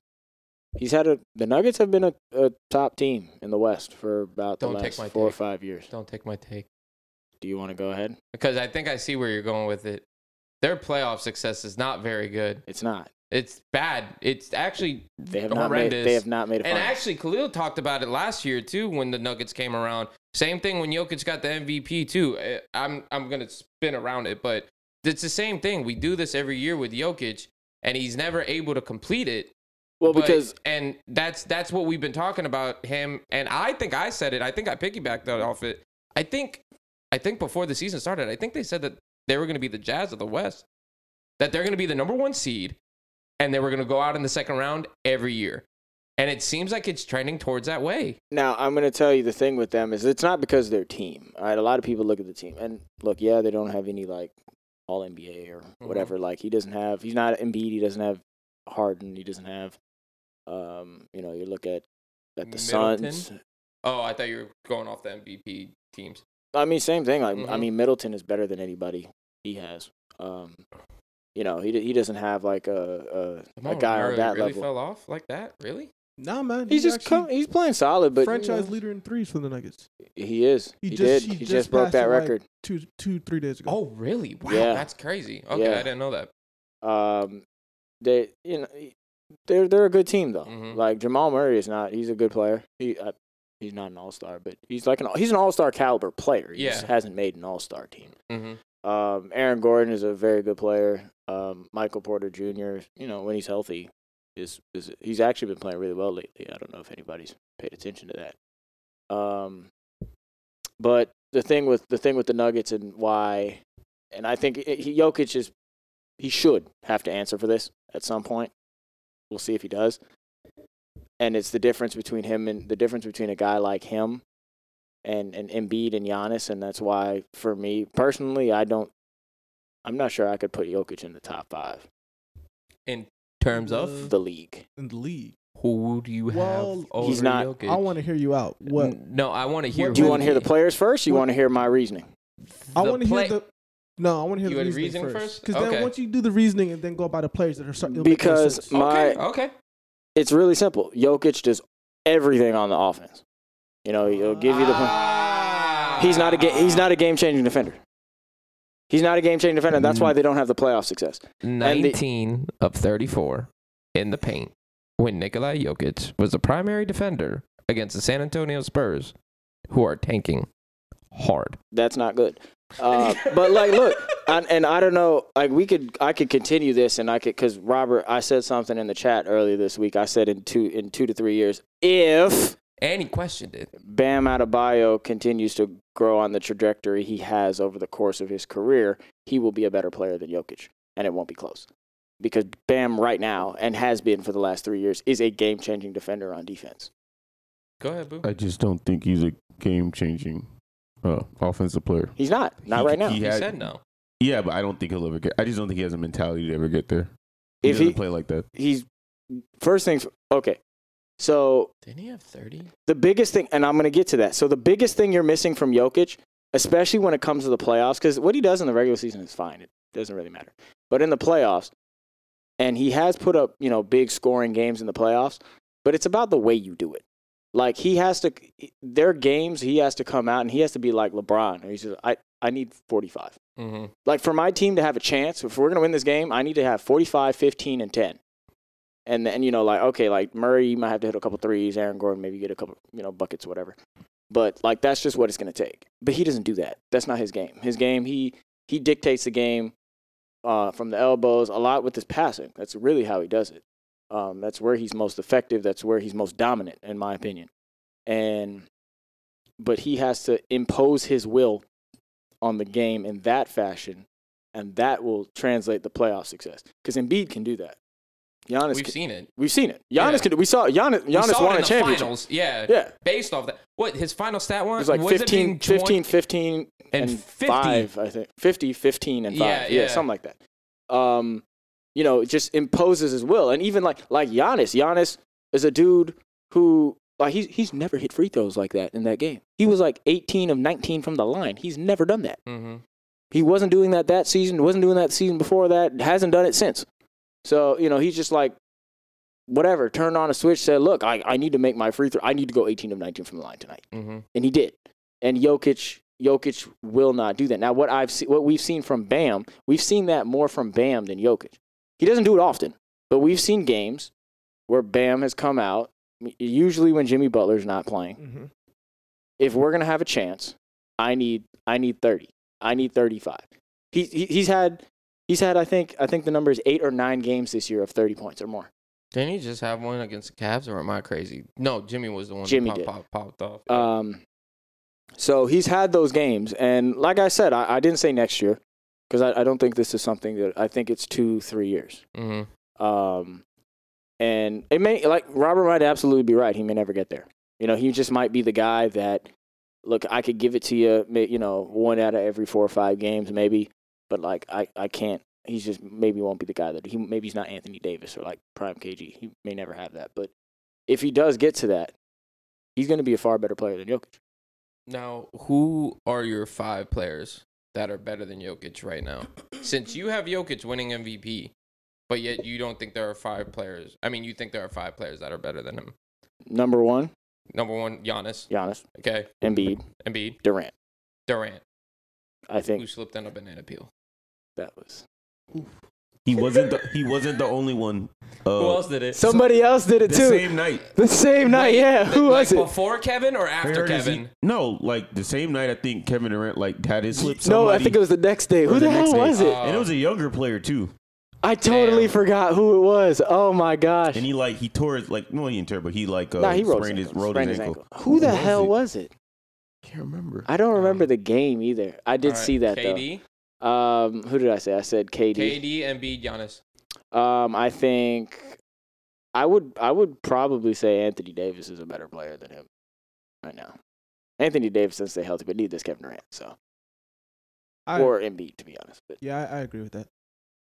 Speaker 6: he's had a the Nuggets have been a, a top team in the West for about the
Speaker 7: Don't take
Speaker 6: last
Speaker 7: my
Speaker 6: four or
Speaker 7: take.
Speaker 6: five years.
Speaker 7: Don't take my take
Speaker 6: Do you want to go ahead?
Speaker 7: because I think I see where you're going with it. Their playoff success is not very good.
Speaker 6: It's not.
Speaker 7: It's bad. It's actually
Speaker 6: They have not made.
Speaker 7: horrendous.
Speaker 6: They have not made a
Speaker 7: And
Speaker 6: final.
Speaker 7: actually, Khalil talked about it last year too when the Nuggets came around. Same thing when Jokic got the MVP too. Eh, I'm I'm gonna spin around it, but it's the same thing. We do this every year with Jokic, and he's never able to complete it.
Speaker 6: well,
Speaker 7: But-
Speaker 6: because
Speaker 7: and that's that's what we've been talking about him. And I think I said it. I think I piggybacked that off it. I think I think before the season started, I think they said that they were going to be the Jazz of the West, that they're going to be the number one seed, and they were going to go out in the second round every year. And it seems like it's trending towards that way.
Speaker 6: Now I'm gonna tell you the thing with them is it's not because of their team. All right, a lot of people look at the team and look, yeah, they don't have any like All NBA or
Speaker 3: Mm-hmm.
Speaker 6: whatever. Like he doesn't have, he's not Embiid, he doesn't have Harden, he doesn't have, um, you know, you look at at the
Speaker 7: Middleton?
Speaker 6: Suns.
Speaker 7: Oh, I thought you were going off the MVP teams.
Speaker 6: I mean, same thing. Like I
Speaker 3: Mm-hmm.
Speaker 7: Mhm.
Speaker 6: mean, Middleton is better than anybody he has. Um, you know, he d- he doesn't have like a a, a
Speaker 7: Jamal
Speaker 6: guy on
Speaker 7: Murray
Speaker 6: that
Speaker 7: really
Speaker 6: level.
Speaker 7: fell off like that. Really?
Speaker 3: Nah, man.
Speaker 6: He's just
Speaker 3: actually
Speaker 6: come, he's playing solid, but you
Speaker 3: franchise
Speaker 6: know,
Speaker 3: leader in threes for the Nuggets.
Speaker 6: He is.
Speaker 3: He
Speaker 6: He,
Speaker 3: just-
Speaker 6: did.
Speaker 3: he
Speaker 6: He,
Speaker 3: just
Speaker 6: just, broke
Speaker 3: passed
Speaker 6: that
Speaker 3: it, like,
Speaker 6: record.
Speaker 3: Two, two, three days ago.
Speaker 7: Oh, really? Wow,
Speaker 6: Yeah.
Speaker 7: that's crazy. Okay,
Speaker 6: Yeah.
Speaker 7: I didn't know that.
Speaker 6: Um, they you know they're they're a good team though.
Speaker 7: Mhm.
Speaker 6: Like Jamal Murray is not. He's a good player. He uh, he's not an all star, but he's like an he's an all star caliber player. He just
Speaker 7: Yeah.
Speaker 6: hasn't made an all star team.
Speaker 7: hmm
Speaker 6: Um, Aaron Gordon is a very good player. Um, Michael Porter Jr. You know when he's healthy, is is he's actually been playing really well lately. I don't know if anybody's paid attention to that. Um, but the thing with the thing with the Nuggets and why, and I think it, he, Jokic is he should have to answer for this at some point. We'll see if he does. And it's the difference between him and the difference between a guy like him and and Embiid and Giannis, and that's why for me personally, I don't. I'm not sure I could put Jokic in the top five
Speaker 7: In terms of
Speaker 6: of the league.
Speaker 3: In the league.
Speaker 7: who do you have?
Speaker 3: Well,
Speaker 7: over
Speaker 6: He's not-
Speaker 7: Jokic?
Speaker 3: I want to hear you out. What?
Speaker 7: N- No, I want to hear.
Speaker 3: What
Speaker 6: Do you
Speaker 7: who-
Speaker 6: want to hear the players first? You
Speaker 3: What-
Speaker 6: want to hear my reasoning?
Speaker 3: I
Speaker 7: the
Speaker 3: want to hear
Speaker 7: play-
Speaker 3: the. No, I want to hear
Speaker 7: You
Speaker 3: the
Speaker 7: had
Speaker 3: reasoning,
Speaker 7: reasoning
Speaker 3: first.
Speaker 7: first?
Speaker 3: Because then
Speaker 7: Okay.
Speaker 3: once you do the reasoning and then go by the players that are starting.
Speaker 6: Because my
Speaker 7: Okay. Okay.
Speaker 6: it's really simple. Jokic does everything on the offense. You know, he'll give you the.
Speaker 7: Ah.
Speaker 6: He's not a ga- he's not a game changing defender. He's not a game changing defender. That's why they don't have the playoff success. and the-
Speaker 7: 19 of 34 in the paint when Nikolai Jokic was the primary defender against the San Antonio Spurs, who are tanking hard.
Speaker 6: That's not good. Uh, but like, look, I, and I don't know. Like, we could I could continue this, and I could because Robert, I said something in the chat earlier this week. I said in two in two to three years, if
Speaker 7: And he questioned it.
Speaker 6: Bam Adebayo continues to grow on the trajectory he has over the course of his career, he will be a better player than Jokic, and it won't be close. Because Bam right now and has been for the last three years is a game changing defender on defense.
Speaker 7: Go ahead, boo.
Speaker 5: I just don't think he's a game changing uh, offensive player.
Speaker 6: He's not, not
Speaker 5: He-
Speaker 6: right now.
Speaker 5: he
Speaker 7: He
Speaker 5: had-
Speaker 7: said no.
Speaker 5: Yeah, but I don't think he'll ever get. I just don't think he has a mentality to ever get there. He
Speaker 6: if
Speaker 5: doesn't
Speaker 6: he
Speaker 5: play like that,
Speaker 6: he's first things okay. So
Speaker 7: Didn't he have 30?
Speaker 6: the biggest thing, and I'm going to get to that. So the biggest thing you're missing from Jokic, especially when it comes to the playoffs, because what he does in the regular season is fine. It doesn't really matter. But in the playoffs, and he has put up you know big scoring games in the playoffs, but it's about the way you do it. Like he has to, their games, he has to come out and he has to be like LeBron. He's just, I I need 45.
Speaker 7: Mm-hmm.
Speaker 6: like for my team to have a chance if we're going to win this game i need to have 45 15 and 10 and then you know like okay like murray you might have to hit a couple threes aaron gordon maybe get a couple you know buckets whatever but like that's just what it's going to take but he doesn't do that that's not his game his game he he dictates the game uh, from the elbows a lot with his passing that's really how he does it um, that's where he's most effective that's where he's most dominant in my opinion and but he has to impose his will on the game in that fashion, and that will translate the playoff success. Because Embiid can do that. Giannis.
Speaker 7: We've
Speaker 6: can-
Speaker 7: seen it.
Speaker 6: We've seen it. Giannis
Speaker 7: Yeah.
Speaker 6: can. We saw Giannis.
Speaker 7: We
Speaker 6: Giannis
Speaker 7: saw it
Speaker 6: won
Speaker 7: in
Speaker 6: a
Speaker 7: the
Speaker 6: championship.
Speaker 7: Finals. Yeah.
Speaker 6: Yeah.
Speaker 7: Based off that, what his final stat
Speaker 6: It
Speaker 7: was?
Speaker 6: was like
Speaker 7: was
Speaker 6: 15,
Speaker 7: being 20
Speaker 6: 15, 15, and,
Speaker 7: and 50.
Speaker 6: 5, I think. 50, 15, and 5.
Speaker 7: Yeah,
Speaker 6: Yeah,
Speaker 7: yeah.
Speaker 6: something like that. Um, you know, it just imposes his will. And even like like Giannis, Giannis is a dude who like he's he's never hit free throws like that in that game. He was like 18 of 19 from the line. He's never done that.
Speaker 7: Mhm.
Speaker 6: He wasn't doing that that season. Wasn't doing that season before that. Hasn't done it since. So you know he's just like, whatever. Turned on a switch. Said, look, I, I need to make my free throw. I need to go 18 of 19 from the line tonight,
Speaker 7: Mhm.
Speaker 6: and he did. And Jokic, Jokic will not do that. Now what I've se- what we've seen from Bam, we've seen that more from Bam than Jokic. He doesn't do it often, but we've seen games where Bam has come out. Usually when Jimmy Butler's not playing
Speaker 3: hmm
Speaker 6: if we're gonna have a chance, I need I need thirty. I need thirty five. He, he he's had he's had I think I think the number is eight or nine games this year of thirty points or more.
Speaker 7: Didn't he just have one against the Cavs, or am I crazy? No, Jimmy was the one.
Speaker 6: Jimmy
Speaker 7: that
Speaker 6: did.
Speaker 7: pop, pop, popped off.
Speaker 6: Um, so he's had those games, and like I said, I, I didn't say next year because I, I don't think this is something that I think it's two three years.
Speaker 7: Mhm.
Speaker 6: Um, and it may like Robert might absolutely be right. He may never get there. You know, he just might be the guy that look. I could give it to you, may- you know, one out of every four or five games, maybe. But like, I I can't. He's just maybe won't be the guy that he maybe he's not Anthony Davis or like prime KG. He may never have that. But if he does get to that, he's going to be a far better player than Jokic.
Speaker 7: Now, who are your five players that are better than Jokic right now? Since you have Jokic winning MVP, but yet you don't think there are five players. I mean, you think there are five players that are better than him.
Speaker 6: Number one,
Speaker 7: Number one, Giannis.
Speaker 6: Giannis,
Speaker 7: Okay,
Speaker 6: Embiid,
Speaker 7: Embiid,
Speaker 6: Durant.
Speaker 7: Durant,
Speaker 6: I
Speaker 7: who
Speaker 6: think
Speaker 7: slipped on a banana peel.
Speaker 6: that was
Speaker 5: He wasn't. The, he wasn't the only one. Uh,
Speaker 7: Who else did it?
Speaker 6: Oh. somebody else did it
Speaker 5: The
Speaker 6: too.
Speaker 5: same night.
Speaker 6: the same night, yeah. Who
Speaker 7: like
Speaker 6: was it?
Speaker 7: Before Kevin or after
Speaker 5: Where is he-
Speaker 7: Kevin?
Speaker 5: no, like the same night. I think Kevin Durant like had his slip.
Speaker 6: No, I think it was the next day. Oh, Who the, hell was it?
Speaker 7: Uh,
Speaker 5: and it was a younger player too.
Speaker 6: I totally
Speaker 7: damn.
Speaker 6: forgot who it was. Oh my gosh.
Speaker 5: And he like he tore his like no he didn't tear but he like uh,
Speaker 6: nah, he rolled
Speaker 5: sprained his, rolled
Speaker 6: Sprained
Speaker 5: his
Speaker 6: his
Speaker 5: ankle.
Speaker 6: Who the hell
Speaker 5: it?
Speaker 6: was it?
Speaker 5: Can't remember.
Speaker 6: I don't remember the game either. I did
Speaker 7: Alright,
Speaker 6: see that
Speaker 7: KD,
Speaker 6: though. Um, who did I say? I said KD.
Speaker 7: KD, Embiid, Giannis.
Speaker 6: Um, I think I would I would probably say Anthony Davis is a better player than him right now. Anthony Davis doesn't stay healthy, but neither does Kevin Durant. So
Speaker 3: I,
Speaker 6: or Embiid, to be honest. But
Speaker 3: yeah, I, I agree with that.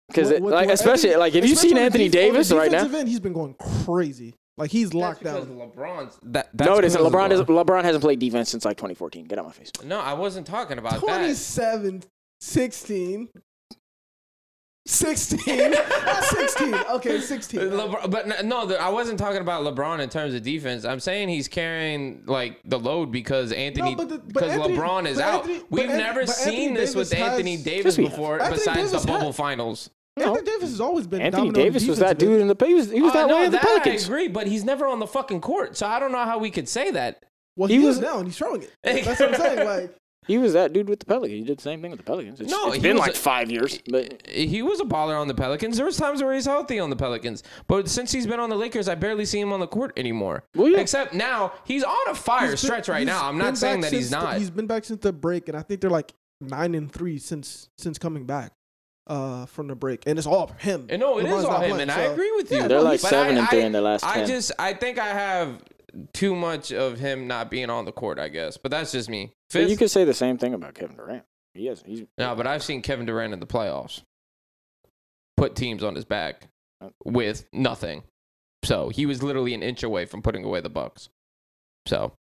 Speaker 6: because
Speaker 3: What- what-
Speaker 6: like
Speaker 3: what-
Speaker 6: especially
Speaker 3: every-
Speaker 6: like if you've
Speaker 3: especially
Speaker 6: seen
Speaker 3: on the
Speaker 6: Anthony
Speaker 3: def- on the
Speaker 6: Davis right now,
Speaker 3: defensive end, he's been going crazy. Like he's locked
Speaker 7: That's because
Speaker 3: down.
Speaker 7: LeBron's. That, that's
Speaker 6: no, it isn't.
Speaker 7: because
Speaker 6: LeBron, doesn't- LeBron hasn't played defense since like 2014. Get out my face.
Speaker 7: No, I wasn't talking about that.
Speaker 3: 27, 16. 16. Not 16. Okay, 16.
Speaker 7: LeBron, but n- no, the- I wasn't talking about LeBron in terms of defense. I'm saying he's carrying like the load because Anthony,
Speaker 3: but the- but
Speaker 7: because
Speaker 3: Anthony-
Speaker 7: LeBron is
Speaker 3: but
Speaker 7: out.
Speaker 3: Anthony- but
Speaker 7: We've
Speaker 3: An-
Speaker 7: never
Speaker 3: but
Speaker 7: seen
Speaker 3: Anthony
Speaker 7: this with
Speaker 3: Davis
Speaker 7: Anthony
Speaker 3: has-
Speaker 7: Davis
Speaker 6: Yes, we have.
Speaker 7: before,
Speaker 3: Anthony
Speaker 7: besides
Speaker 3: Davis
Speaker 7: the bubble
Speaker 3: has-
Speaker 7: finals.
Speaker 3: Anthony Davis has always been
Speaker 6: Anthony
Speaker 3: dominant on
Speaker 6: Davis was
Speaker 3: defense,
Speaker 6: that
Speaker 3: man.
Speaker 6: dude in the he was, he was
Speaker 7: I
Speaker 6: that
Speaker 7: know
Speaker 6: way in the
Speaker 7: Uh, that,
Speaker 6: Pelicans.
Speaker 7: I agree, but he's never on the fucking court, so I don't know how we could say that.
Speaker 3: Well,
Speaker 6: He
Speaker 3: he,
Speaker 6: was-
Speaker 3: is now, and he's showing it. That's what I'm saying. Like,
Speaker 6: He was that dude with the Pelicans. He did the same thing with the Pelicans. It's,
Speaker 7: No,
Speaker 6: it's
Speaker 7: he
Speaker 6: been
Speaker 7: was
Speaker 6: like
Speaker 7: a-
Speaker 6: five years, but
Speaker 7: He was a baller on the Pelicans. There was times where he's healthy on the Pelicans, but since he's been on the Lakers, I barely see him on the court anymore.
Speaker 6: Well, yeah.
Speaker 7: Except now he's on a fire
Speaker 3: Oh, he's been-
Speaker 7: stretch right
Speaker 3: he's
Speaker 7: now. I'm
Speaker 3: been
Speaker 7: not saying
Speaker 3: back
Speaker 7: that he's
Speaker 3: since the-
Speaker 7: not.
Speaker 3: he's been back since the break, and I think they're like nine and three since since coming back uh from the break, and it's all him.
Speaker 7: And no, it is
Speaker 3: LeBron's
Speaker 7: all
Speaker 3: not
Speaker 7: him,
Speaker 3: playing,
Speaker 7: and I
Speaker 3: so-
Speaker 7: agree with you.
Speaker 3: Yeah,
Speaker 6: they're
Speaker 3: no,
Speaker 6: like
Speaker 3: he's-
Speaker 7: But
Speaker 6: seven
Speaker 7: I-
Speaker 6: and three
Speaker 7: I-
Speaker 6: in the last
Speaker 7: I
Speaker 6: ten.
Speaker 7: just, I think I have too much of him not being on the court. I guess, but that's just me.
Speaker 6: but
Speaker 7: Fifth,
Speaker 6: you could say the same thing about Kevin Durant. He has he's
Speaker 7: no, but I've seen Kevin Durant in the playoffs put teams on his back with nothing. So he was literally an inch away from putting away the Bucks. So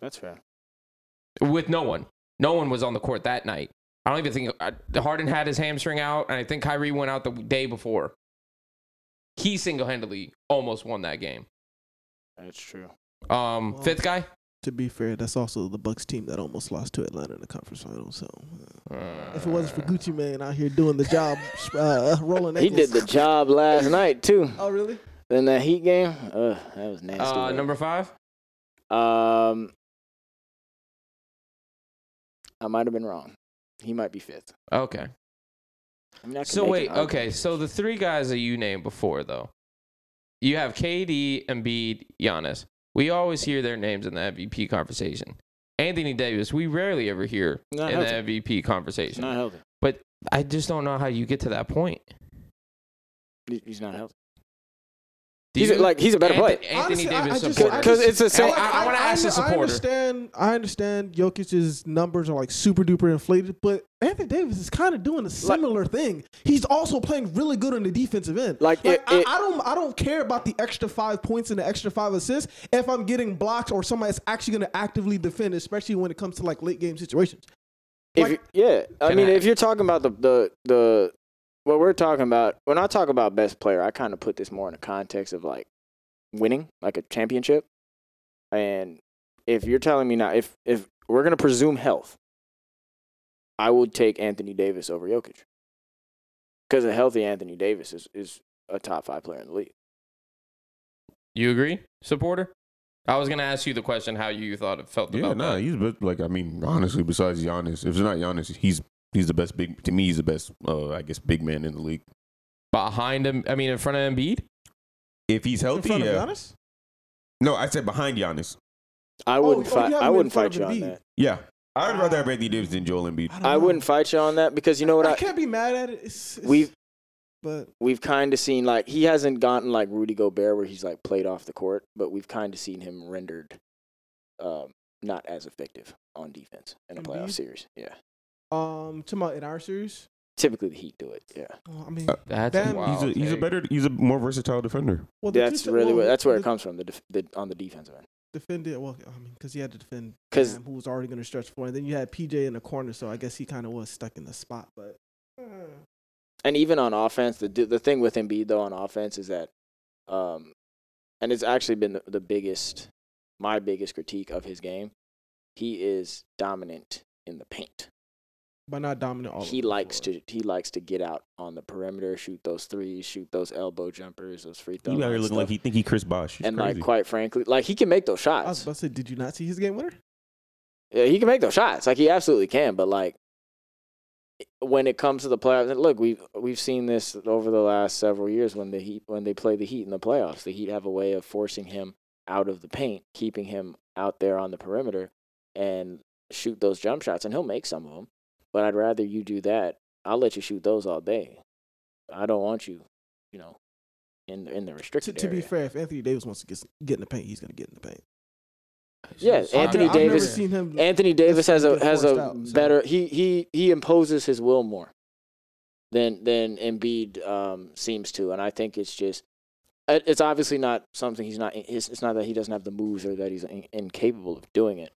Speaker 6: that's fair.
Speaker 7: with no one. No one was on the court that night. I don't even think I, Harden had his hamstring out, and I think Kyrie went out the day before. He single handedly almost won that game.
Speaker 6: That's true.
Speaker 7: Um,
Speaker 3: Wow.
Speaker 7: fifth guy.
Speaker 3: To be fair, that's also the Bucks team that almost lost to Atlanta in the conference final. So if it wasn't
Speaker 7: Uh.
Speaker 3: for Gucci Man out here doing the job, uh, rolling
Speaker 6: He did
Speaker 3: ankles.
Speaker 6: the job last night too.
Speaker 3: Oh really?
Speaker 6: Then that Heat game, ugh, that was nasty.
Speaker 7: Uh,
Speaker 6: bro.
Speaker 7: number five.
Speaker 6: um, I might have been wrong. He might be fifth.
Speaker 7: Okay.
Speaker 6: I mean, I could
Speaker 7: So
Speaker 6: make an
Speaker 7: wait.
Speaker 6: argument.
Speaker 7: Okay. So the three guys that you named before, though, you have KD, Embiid, Giannis. We always hear their names in the MVP conversation. Anthony Davis. We rarely ever hear
Speaker 6: Not
Speaker 7: in the
Speaker 6: healthy.
Speaker 7: MVP
Speaker 6: He's
Speaker 7: conversation.
Speaker 6: not healthy.
Speaker 7: I just don't know how you get to that point.
Speaker 6: He- He's not healthy.
Speaker 7: Do
Speaker 6: He's a- like, he's a better
Speaker 7: Anth-
Speaker 6: player.
Speaker 7: Anthony
Speaker 3: Honestly, I-
Speaker 7: Davis
Speaker 3: I just-
Speaker 7: supporter.
Speaker 3: I
Speaker 6: Because it's the
Speaker 7: So
Speaker 6: same.
Speaker 7: I- I wanna ask the supporter.
Speaker 3: I understand. I understand. Jokic's numbers are like super duper inflated, but Anthony Davis is kind of doing a similar thing. He's also playing really good on the defensive end.
Speaker 6: Like, it-
Speaker 3: I,
Speaker 6: it-
Speaker 3: I don't, I don't care about the extra five points and the extra five assists if I'm getting blocks or somebody that's actually going to actively defend, especially when it comes to like late game situations.
Speaker 6: If,
Speaker 3: Like-
Speaker 6: yeah, I
Speaker 7: Can
Speaker 6: mean,
Speaker 7: I-
Speaker 6: if you're talking about the the the what we're talking about, when I talk about best player, I kind of put this more in the context of like winning, like a championship. And if you're telling me now, if if we're gonna presume health, I would take Anthony Davis over Jokic because a healthy Anthony Davis is is a top five player in the league.
Speaker 7: you agree, supporter? I was gonna ask you the question how you thought it felt
Speaker 5: Yeah,
Speaker 7: about
Speaker 5: nah,
Speaker 7: that.
Speaker 5: he's best, like I mean, honestly, besides Giannis, if it's not Giannis, he's he's the best big to me. He's the best, uh, I guess, big man in the league.
Speaker 7: Behind him, I mean, in front of Embiid.
Speaker 5: If he's
Speaker 3: In
Speaker 5: healthy,
Speaker 3: front
Speaker 5: yeah.
Speaker 3: of Giannis,
Speaker 5: No, I said behind Giannis.
Speaker 6: I
Speaker 3: Oh,
Speaker 6: wouldn't
Speaker 3: oh,
Speaker 6: fight.
Speaker 3: you have
Speaker 6: I
Speaker 3: him in
Speaker 6: wouldn't
Speaker 3: front
Speaker 6: fight
Speaker 3: of
Speaker 6: you on
Speaker 3: Embiid.
Speaker 6: that.
Speaker 5: Yeah, I'd rather have Anthony Davis than Joel Embiid.
Speaker 3: don't
Speaker 6: I
Speaker 3: know.
Speaker 6: wouldn't fight you on that because you know what?
Speaker 3: I
Speaker 6: I,
Speaker 3: can't be mad at it. It's, it's,
Speaker 6: we've
Speaker 3: but
Speaker 6: we've kind of seen like he hasn't gotten like Rudy Gobert where he's like played off the court, but we've kind of seen him rendered um, not as effective on defense in a playoff
Speaker 3: Embiid?
Speaker 6: series. Yeah,
Speaker 3: um, to my in our series,
Speaker 6: typically the Heat do it. Yeah,
Speaker 3: well, I mean,
Speaker 5: Uh,
Speaker 7: That's
Speaker 3: Bam-
Speaker 7: a
Speaker 5: He's
Speaker 7: wild
Speaker 5: a he's a
Speaker 7: take.
Speaker 5: better he's a more versatile defender.
Speaker 3: well, the
Speaker 6: that's
Speaker 3: two-
Speaker 6: really
Speaker 3: well,
Speaker 6: where that's where
Speaker 3: the-
Speaker 6: it comes from. The, def- the on the defensive end.
Speaker 3: defended. Well, I mean, because he had to defend
Speaker 6: 'Cause-
Speaker 3: Bam, who was already going to stretch for, and then you had PJ in the corner, so I guess he kind of was stuck in the spot. But uh,
Speaker 6: and even on offense, the the thing with Embiid though on offense is that, um, and it's actually been the, the biggest, my biggest critique of his game. He is dominant in the paint.
Speaker 3: by not dominant all
Speaker 6: he likes to he likes to get out on the perimeter, shoot those threes, shoot those elbow jumpers, those free throws.
Speaker 5: He out here looking like he think he Chris Bosh. He's
Speaker 6: and
Speaker 5: crazy.
Speaker 6: like quite frankly, like he can make those
Speaker 3: I was
Speaker 6: shots.
Speaker 3: about to say, did you not see his game winner?
Speaker 6: Yeah, he can make those shots. Like he absolutely can. But like when it comes to the playoffs, and look, we've we've seen this over the last several years when the Heat when they play the Heat in the playoffs, the Heat have a way of forcing him out of the paint, keeping him out there on the perimeter, and shoot those jump shots, and he'll make some of them. But I'd rather you do that. I'll let you shoot those all day. I don't want you, you know, in in the
Speaker 3: To,
Speaker 6: restricted
Speaker 3: to be
Speaker 6: area.
Speaker 3: fair, if Anthony Davis wants to get, get in the paint, he's going to get in the paint.
Speaker 6: Yeah,
Speaker 7: I've
Speaker 6: Anthony
Speaker 3: I've,
Speaker 6: Davis-
Speaker 3: I've never seen him.
Speaker 6: Anthony Davis has a
Speaker 3: That's
Speaker 6: has
Speaker 3: forced
Speaker 6: a
Speaker 3: out, so-
Speaker 6: better he he he imposes his will more than than Embiid um, seems to, and I think it's just it- it's obviously not something he's not. It's, it's not that he doesn't have the moves or that he's in, incapable of doing it.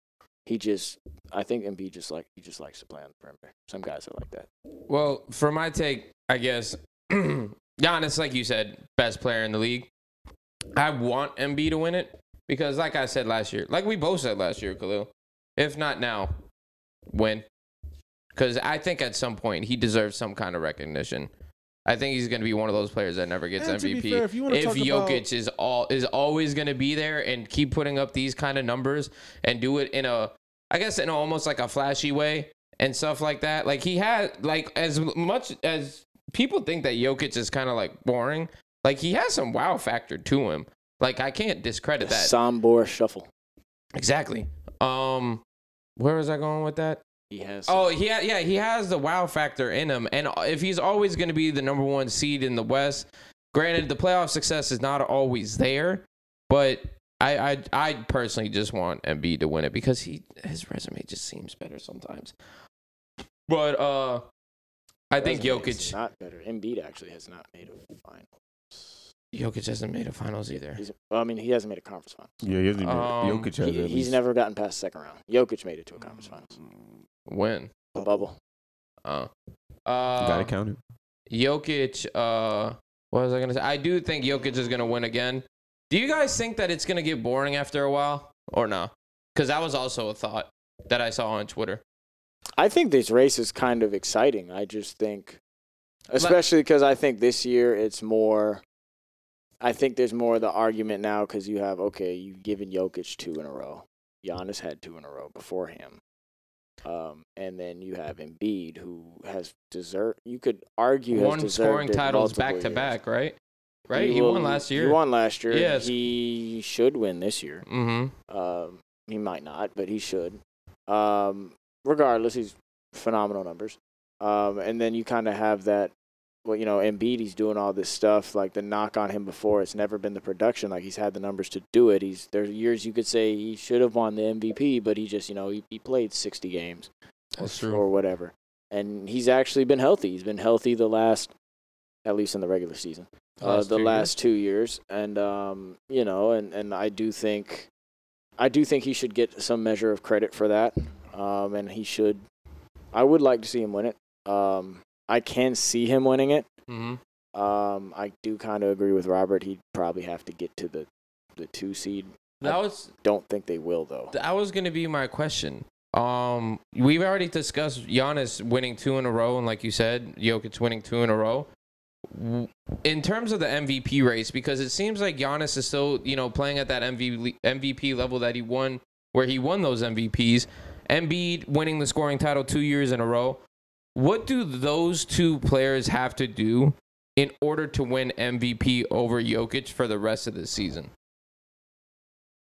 Speaker 6: He just, I think Embiid just like he just likes to play on the perimeter. Some guys are like that.
Speaker 7: Well, for my take, I guess Giannis, like you said, best player in the league. I want MB to win it because, like I said last year, like we both said last year, Khalil, if not now, when? Because I think at some point he deserves some kind of recognition. I think he's going to be one of those players that never gets
Speaker 3: And to be
Speaker 7: MVP.
Speaker 3: fair, if you wanna talk
Speaker 7: Jokic
Speaker 3: about-
Speaker 7: is all is always going to be there and keep putting up these kind of numbers and do it in a, I guess in a, almost like a flashy way and stuff like that. Like he had like as much as people think that Jokic is kind of like boring. Like he has some wow factor to him. Like I can't discredit that.
Speaker 6: Sombor shuffle.
Speaker 7: Exactly. Um, where was I going with that?
Speaker 6: He has.
Speaker 7: Oh, he ha- yeah, he has the wow factor in him, and if he's always going to be the number one seed in the West, granted the playoff success is not always there, but I I, I personally just want Embiid to win it because he his resume just seems better sometimes. But uh, I think
Speaker 6: resume is
Speaker 7: Jokic
Speaker 6: not better. Embiid actually has not made a finals.
Speaker 7: Jokic hasn't made a finals either.
Speaker 6: He's, well, I mean, he hasn't made a conference final.
Speaker 5: yeah, he hasn't even,
Speaker 7: Um,
Speaker 5: Jokic has
Speaker 6: He,
Speaker 5: at
Speaker 6: he's
Speaker 5: least-
Speaker 6: never gotten past the second round. Jokic made it to a conference
Speaker 7: Mm.
Speaker 6: finals.
Speaker 7: When?
Speaker 6: The bubble.
Speaker 7: Uh,
Speaker 5: gotta
Speaker 7: uh,
Speaker 5: count it.
Speaker 7: Jokic, uh, what was I gonna say? I do think Jokic is gonna win again. Do you guys think that it's gonna get boring after a while or no? Because that was also a thought that I saw on Twitter.
Speaker 6: I think this race is kind of exciting. I just think, especially because I think this year it's more. I think there's more of the argument now because you have okay, you've given Jokic two in a row. Giannis had two in a row before him, um, and then you have Embiid, who has desert. You could argue has
Speaker 7: Won
Speaker 6: deserved
Speaker 7: scoring
Speaker 6: it
Speaker 7: titles
Speaker 6: multiple
Speaker 7: back to
Speaker 6: years.
Speaker 7: back, right? Right? He,
Speaker 6: will-
Speaker 7: won last year.
Speaker 6: He won last year.
Speaker 7: Yes.
Speaker 6: He should win this year.
Speaker 7: Mm-hmm.
Speaker 6: Um, he might not, but he should. Um, regardless, he's phenomenal numbers. Um, and then you kind of have that well, you know, Embiid, he's doing all this stuff. Like the knock on him before, it's never been the production. Like he's had the numbers to do it. He's there's years you could say he should have won the MVP, but he just you know he, he played 60 games
Speaker 7: That's
Speaker 6: or,
Speaker 7: true.
Speaker 6: or whatever, and he's actually been healthy. He's been healthy the last, at least in the regular season, uh, the
Speaker 7: two years.
Speaker 6: last two years, and um, you know, and and I do think, I do think he should get some measure of credit for that, um, and he should. I would like to see him win it. Um, I can see him winning it.
Speaker 7: Mhm.
Speaker 6: Um, I do kind of agree with Robert. He'd probably have to get to the the two seed.
Speaker 7: That was
Speaker 6: Don't think they will though.
Speaker 7: That was gonna be my question. Um, we've already discussed Giannis winning two in a row, and like you said, Jokic winning two in a row. W- In terms of the MVP race, because it seems like Giannis is still, you know, playing at that MV- MVP level that he won, where he won those MVPs. Embiid winning the scoring title two years in a row. What do those two players have to do in order to win MVP over Jokic for the rest of the season?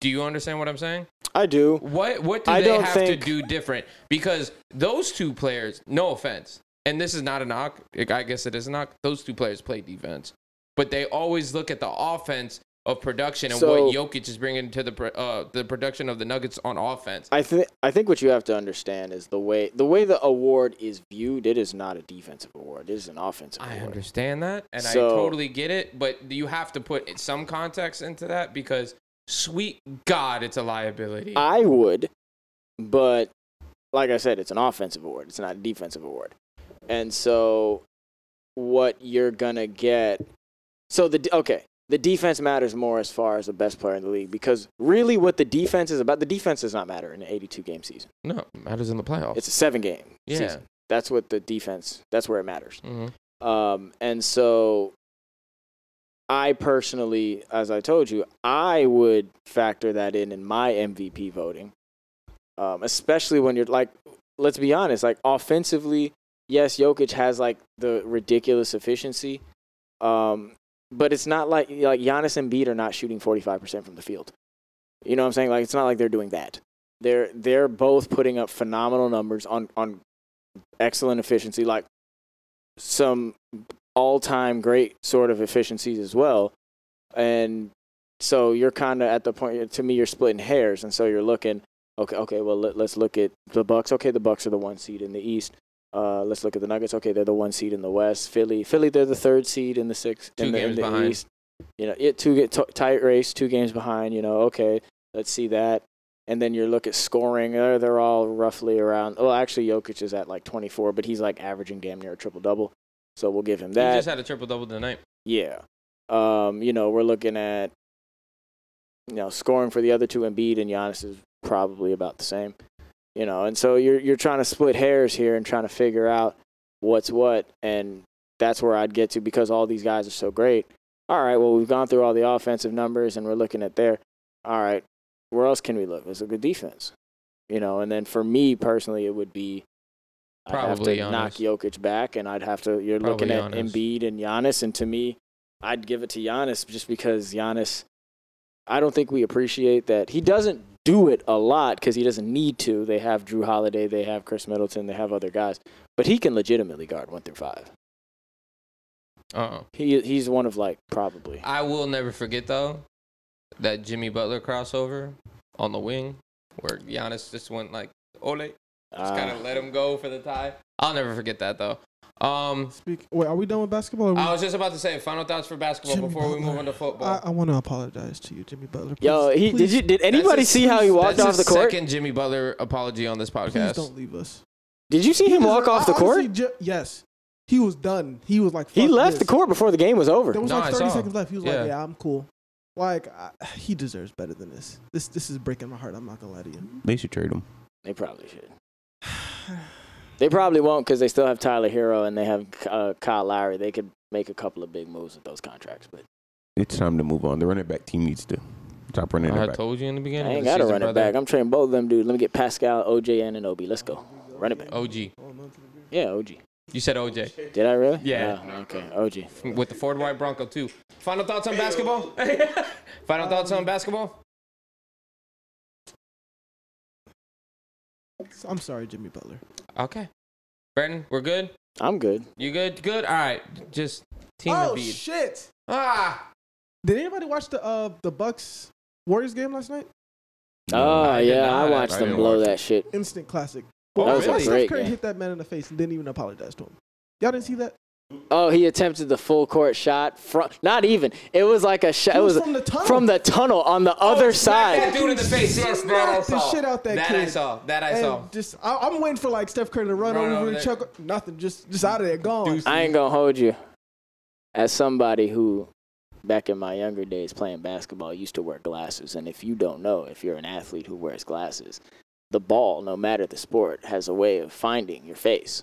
Speaker 7: Do you understand what I'm saying?
Speaker 6: I do.
Speaker 7: What what do
Speaker 6: I
Speaker 7: they
Speaker 6: don't
Speaker 7: have
Speaker 6: think-
Speaker 7: to do different? Because those two players, no offense, and this is not a knock. I guess it is a knock. Those two players play defense, but they always look at the offense of production and
Speaker 6: So-
Speaker 7: what Jokic is bringing to the pro- uh, the production of the Nuggets on offense.
Speaker 6: I think I think what you have to understand is the way the way the award is viewed. It is not a defensive award. It is an offensive
Speaker 7: I
Speaker 6: award.
Speaker 7: understand that, and I
Speaker 6: So-
Speaker 7: totally get it, but you have to put some context into that because sweet God, it's a liability.
Speaker 6: I would, but like I said, it's an offensive award. It's not a defensive award. And so what you're going to get so the okay, the defense matters more as far as the best player in the league because really what the defense is about, the defense does not matter in an 82 game season.
Speaker 7: no, matters in the playoffs.
Speaker 6: It's a 7 game
Speaker 7: yeah.
Speaker 6: season. That's what the defense, that's where it matters.
Speaker 7: Mhm.
Speaker 6: Um, and so I personally, as I told you, I would factor that in in my MVP voting, um, especially when you're like, let's be honest, like offensively, yes, Jokic has like the ridiculous efficiency, um, but it's not like like Giannis and Embiid are not shooting 45% from the field. You know what I'm saying? Like it's not like they're doing that. They're they're both putting up phenomenal numbers on on excellent efficiency. Like some all-time great sort of efficiencies as well. And so you're kind of at the point to me you're splitting hairs and so you're looking okay okay well let, let's look at the Bucks. Okay, the Bucks are the one seed in the East. Uh, let's look at the Nuggets. Okay, they're the one seed in the West. Philly, Philly, they're the third seed in the sixth
Speaker 7: Two
Speaker 6: in the, in
Speaker 7: games
Speaker 6: the
Speaker 7: behind.
Speaker 6: East. You know, it two get t- tight race, two games behind. You know, okay, let's see that. And then you look at scoring. They're, they're all roughly around. Well, actually, Jokic is at like 24, but he's like averaging damn near a triple double. So we'll give him
Speaker 7: he
Speaker 6: that.
Speaker 7: just had a triple double tonight.
Speaker 6: Yeah. Um, you know, we're looking at you know, scoring for the other two Embiid and Giannis is probably about the same. You know, and so you're you're trying to split hairs here and trying to figure out what's what and that's where I'd get to because all these guys are so great. All right, well we've gone through all the offensive numbers and we're looking at there. All right, where else can we look? Let's look at defense. You know, and then for me personally it would be I'd have to
Speaker 7: Probably
Speaker 6: knock Jokic back and I'd have to you're looking at
Speaker 7: Probably Giannis.
Speaker 6: Embiid and Giannis and to me I'd give it to Giannis just because Giannis. I don't think we appreciate that he doesn't do it a lot because he doesn't need to. They have Drew Holiday, they have Chris Middleton, they have other guys, but he can legitimately guard one through five.
Speaker 7: Uh-uh.
Speaker 6: He he's one of like probably.
Speaker 7: I will never forget though that Jimmy Butler crossover on the wing where Giannis just went like Ole, just kind
Speaker 6: Uh,
Speaker 7: of let him go for the tie. I'll never forget that though. Um,
Speaker 3: Speak. Wait, are we done with basketball? Or we-
Speaker 7: I
Speaker 6: Oh,
Speaker 7: was just about to say final thoughts for basketball
Speaker 3: Jimmy
Speaker 7: before we
Speaker 3: Butler.
Speaker 7: move on to
Speaker 3: I, um,
Speaker 7: football.
Speaker 3: I want to apologize to you, Jimmy Butler. Please,
Speaker 6: yo, he did
Speaker 3: please-
Speaker 6: you did
Speaker 7: That's
Speaker 6: anybody
Speaker 7: his-
Speaker 6: see how he walked
Speaker 7: that's
Speaker 6: off
Speaker 7: his
Speaker 6: the court?
Speaker 7: Second Jimmy Butler apology on this
Speaker 3: Please
Speaker 7: podcast.
Speaker 3: don't leave us.
Speaker 6: Did you see him walk off the court?
Speaker 3: Honestly, Ji- yes, he was done. He was like,
Speaker 6: He
Speaker 3: fuck
Speaker 6: left the
Speaker 3: this.
Speaker 6: court before the game was over.
Speaker 3: There was
Speaker 7: No, I
Speaker 3: like 30
Speaker 7: saw.
Speaker 3: seconds left. He was
Speaker 7: Yeah.
Speaker 3: like, "Yeah, I'm cool." Like, I, he deserves better than this. This this is breaking my heart. I'm not gonna lie to you.
Speaker 5: They should trade him.
Speaker 6: They probably should. They probably won't because they still have Tyler Hero and they have uh, Kyle Lowry. They could make a couple of big moves with those contracts, but
Speaker 5: It's time to move on. The running back team needs to stop running
Speaker 7: I
Speaker 5: it back.
Speaker 7: told you in the beginning.
Speaker 6: I
Speaker 7: of
Speaker 6: ain't
Speaker 7: the
Speaker 6: got to
Speaker 7: season,
Speaker 6: run it
Speaker 7: brother.
Speaker 6: back. I'm trading both of them, dude. Let me get Pascal, OJ, and Anobi. Let's go. Run it back.
Speaker 7: OG,
Speaker 6: Yeah, OG.
Speaker 7: you said OJ
Speaker 6: Did I really?
Speaker 7: Yeah.
Speaker 6: Oh, okay, OG.
Speaker 7: with the Ford White Bronco too. Final thoughts on basketball. final thoughts
Speaker 6: Um,
Speaker 7: on basketball.
Speaker 3: I'm sorry, Jimmy Butler.
Speaker 7: Okay. Brenton, we're good?
Speaker 6: I'm good.
Speaker 7: You good? Good. All right. Just team
Speaker 3: Oh
Speaker 7: Embiid.
Speaker 3: shit!
Speaker 7: ah.
Speaker 3: Did anybody watch the uh the Bucks Warriors game last night?
Speaker 6: Oh
Speaker 7: I did
Speaker 6: yeah,
Speaker 7: not
Speaker 6: I watched
Speaker 5: actually.
Speaker 6: them blow that shit.
Speaker 3: Instant classic.
Speaker 7: Oh,
Speaker 6: That was a
Speaker 3: Steph
Speaker 6: great
Speaker 3: Curry
Speaker 6: game.
Speaker 3: hit that man in the face and didn't even apologize to him. Y'all didn't see that?
Speaker 6: Oh, he attempted the full court shot from not even. It was like a shot.
Speaker 3: It
Speaker 6: It
Speaker 3: was
Speaker 6: was
Speaker 3: from the tunnel. Oh,
Speaker 6: from the tunnel on the other
Speaker 7: Smack
Speaker 6: side.
Speaker 7: That dude in the face. Yes, that I
Speaker 3: Smack the
Speaker 7: saw.
Speaker 3: shit out that
Speaker 7: I
Speaker 3: kid.
Speaker 7: saw. That I
Speaker 3: And
Speaker 7: saw.
Speaker 3: just I, I'm waiting for like Steph Curry to run,
Speaker 7: Run over
Speaker 3: over, and
Speaker 7: there.
Speaker 3: chuck nothing. Just just out of there, gone.
Speaker 7: Deuces.
Speaker 6: I ain't gonna hold you. As somebody who, back in my younger days playing basketball, used to wear glasses, and if you don't know, if you're an athlete who wears glasses, the ball, no matter the sport, has a way of finding your face,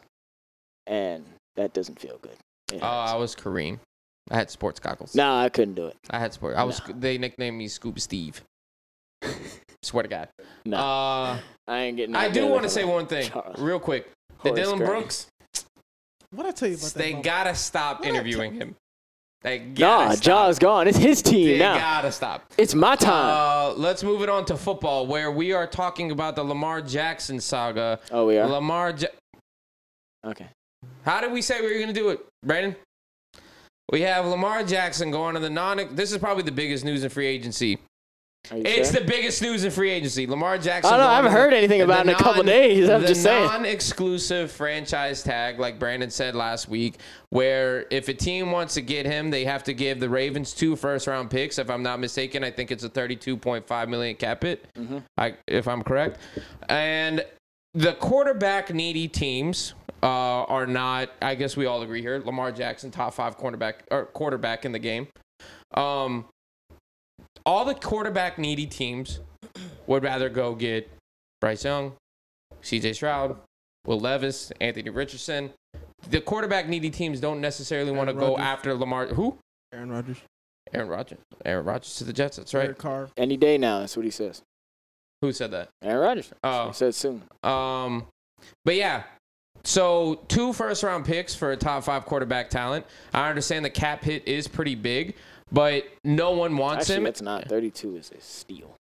Speaker 6: and that doesn't feel good. It
Speaker 7: Oh, I
Speaker 6: hurts.
Speaker 7: was Kareem. I had sports goggles.
Speaker 6: no, I couldn't do it.
Speaker 7: I had sport. I was.
Speaker 6: No.
Speaker 7: They nicknamed me Scoop Steve. Swear to God.
Speaker 6: No,
Speaker 7: Uh,
Speaker 6: I ain't getting.
Speaker 7: I do
Speaker 6: outdone
Speaker 7: want to
Speaker 6: with
Speaker 7: say
Speaker 6: a
Speaker 7: one thing,
Speaker 6: Charles
Speaker 7: real quick. The
Speaker 6: Horace
Speaker 7: Dylan
Speaker 6: Grant.
Speaker 7: Brooks.
Speaker 3: What I tell you about that?
Speaker 7: They
Speaker 3: moment?
Speaker 7: gotta stop
Speaker 3: What?
Speaker 7: interviewing him. They gotta
Speaker 6: Nah,
Speaker 7: stop.
Speaker 6: Jaw's gone. It's his team
Speaker 7: They
Speaker 6: now.
Speaker 7: gotta stop.
Speaker 6: It's my time.
Speaker 7: Uh, let's move it on to football, where we are talking about the Lamar Jackson saga.
Speaker 6: oh, we are.
Speaker 7: Lamar, ja-
Speaker 6: Okay.
Speaker 7: how did we say we were gonna do it, Brandon? We have Lamar Jackson going to the non. This is probably the biggest news in free agency.
Speaker 6: Are you
Speaker 7: It's
Speaker 6: sure?
Speaker 7: the biggest news in free agency. Lamar Jackson.
Speaker 6: I don't know. I haven't
Speaker 7: going to
Speaker 6: heard anything
Speaker 7: the
Speaker 6: about it in a couple
Speaker 7: non-
Speaker 6: days. I'm
Speaker 7: the
Speaker 6: just saying.
Speaker 7: non-exclusive franchise tag, like Brandon said last week, where if a team wants to get him, they have to give the Ravens two first-round picks. If I'm not mistaken, I think it's a 32.5 million cap hit. I, if I'm correct, and the quarterback needy teams uh, are not. I guess we all agree here. Lamar Jackson, top five cornerback or quarterback in the game. Um, all the quarterback needy teams would rather go get Bryce Young, C.J. Stroud, Will Levis, Anthony Richardson. The quarterback needy teams don't necessarily want to
Speaker 3: Aaron
Speaker 7: go
Speaker 3: Rodgers.
Speaker 7: after Lamar. Who?
Speaker 3: Aaron Rodgers,
Speaker 7: Aaron Rodgers. Aaron Rodgers to the Jets. That's right.
Speaker 3: Derek Carr.
Speaker 6: Any day now. That's what he says.
Speaker 7: Who said that?
Speaker 6: Aaron Rodgers.
Speaker 7: Oh.
Speaker 6: He said soon.
Speaker 7: Um, but yeah, so two first round picks for a top five quarterback talent. I understand the cap hit is pretty big, but no one wants
Speaker 6: Actually,
Speaker 7: him
Speaker 6: it's not. 32 is a steal.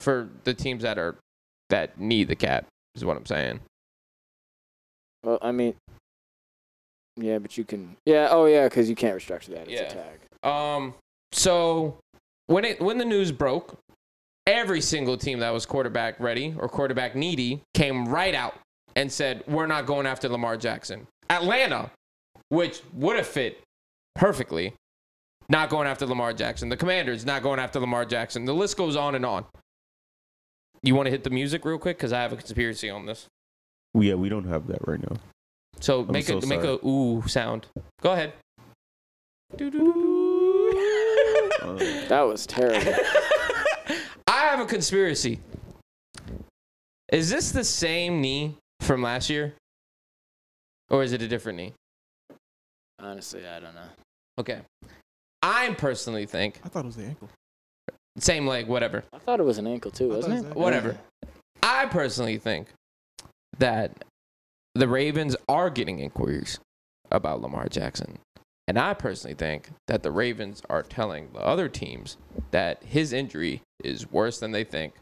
Speaker 7: for the teams that are that need the cap. Is what I'm saying.
Speaker 6: Well, I mean, yeah, but you can. Yeah, oh, yeah, because you can't restructure that. It's
Speaker 7: Yeah.
Speaker 6: a tag.
Speaker 7: Um, so when it when the news broke, every single team that was quarterback ready or quarterback needy came right out and said, "We're not going after Lamar Jackson." Atlanta, which would have fit perfectly, not going after Lamar Jackson. The Commanders not going after Lamar Jackson. The list goes on and on. You want to hit the music real quick because I have a conspiracy on this.
Speaker 5: Well, yeah, we don't have that right now.
Speaker 7: So make
Speaker 5: so
Speaker 7: a make
Speaker 5: sorry.
Speaker 7: a ooh sound. Go ahead.
Speaker 5: Oh.
Speaker 6: That was terrible.
Speaker 7: I have a conspiracy. Is this the same knee from last year? Or is it a different knee?
Speaker 6: Honestly, I don't know.
Speaker 7: Okay. I personally think
Speaker 3: I thought it was the ankle.
Speaker 7: same leg, whatever.
Speaker 6: I thought it was an ankle, too,
Speaker 3: I
Speaker 6: wasn't
Speaker 3: thought
Speaker 6: it?
Speaker 3: it was an
Speaker 7: Whatever. I personally think that the Ravens are getting inquiries about Lamar Jackson. And I personally think that the Ravens are telling the other teams that his injury is worse than they think,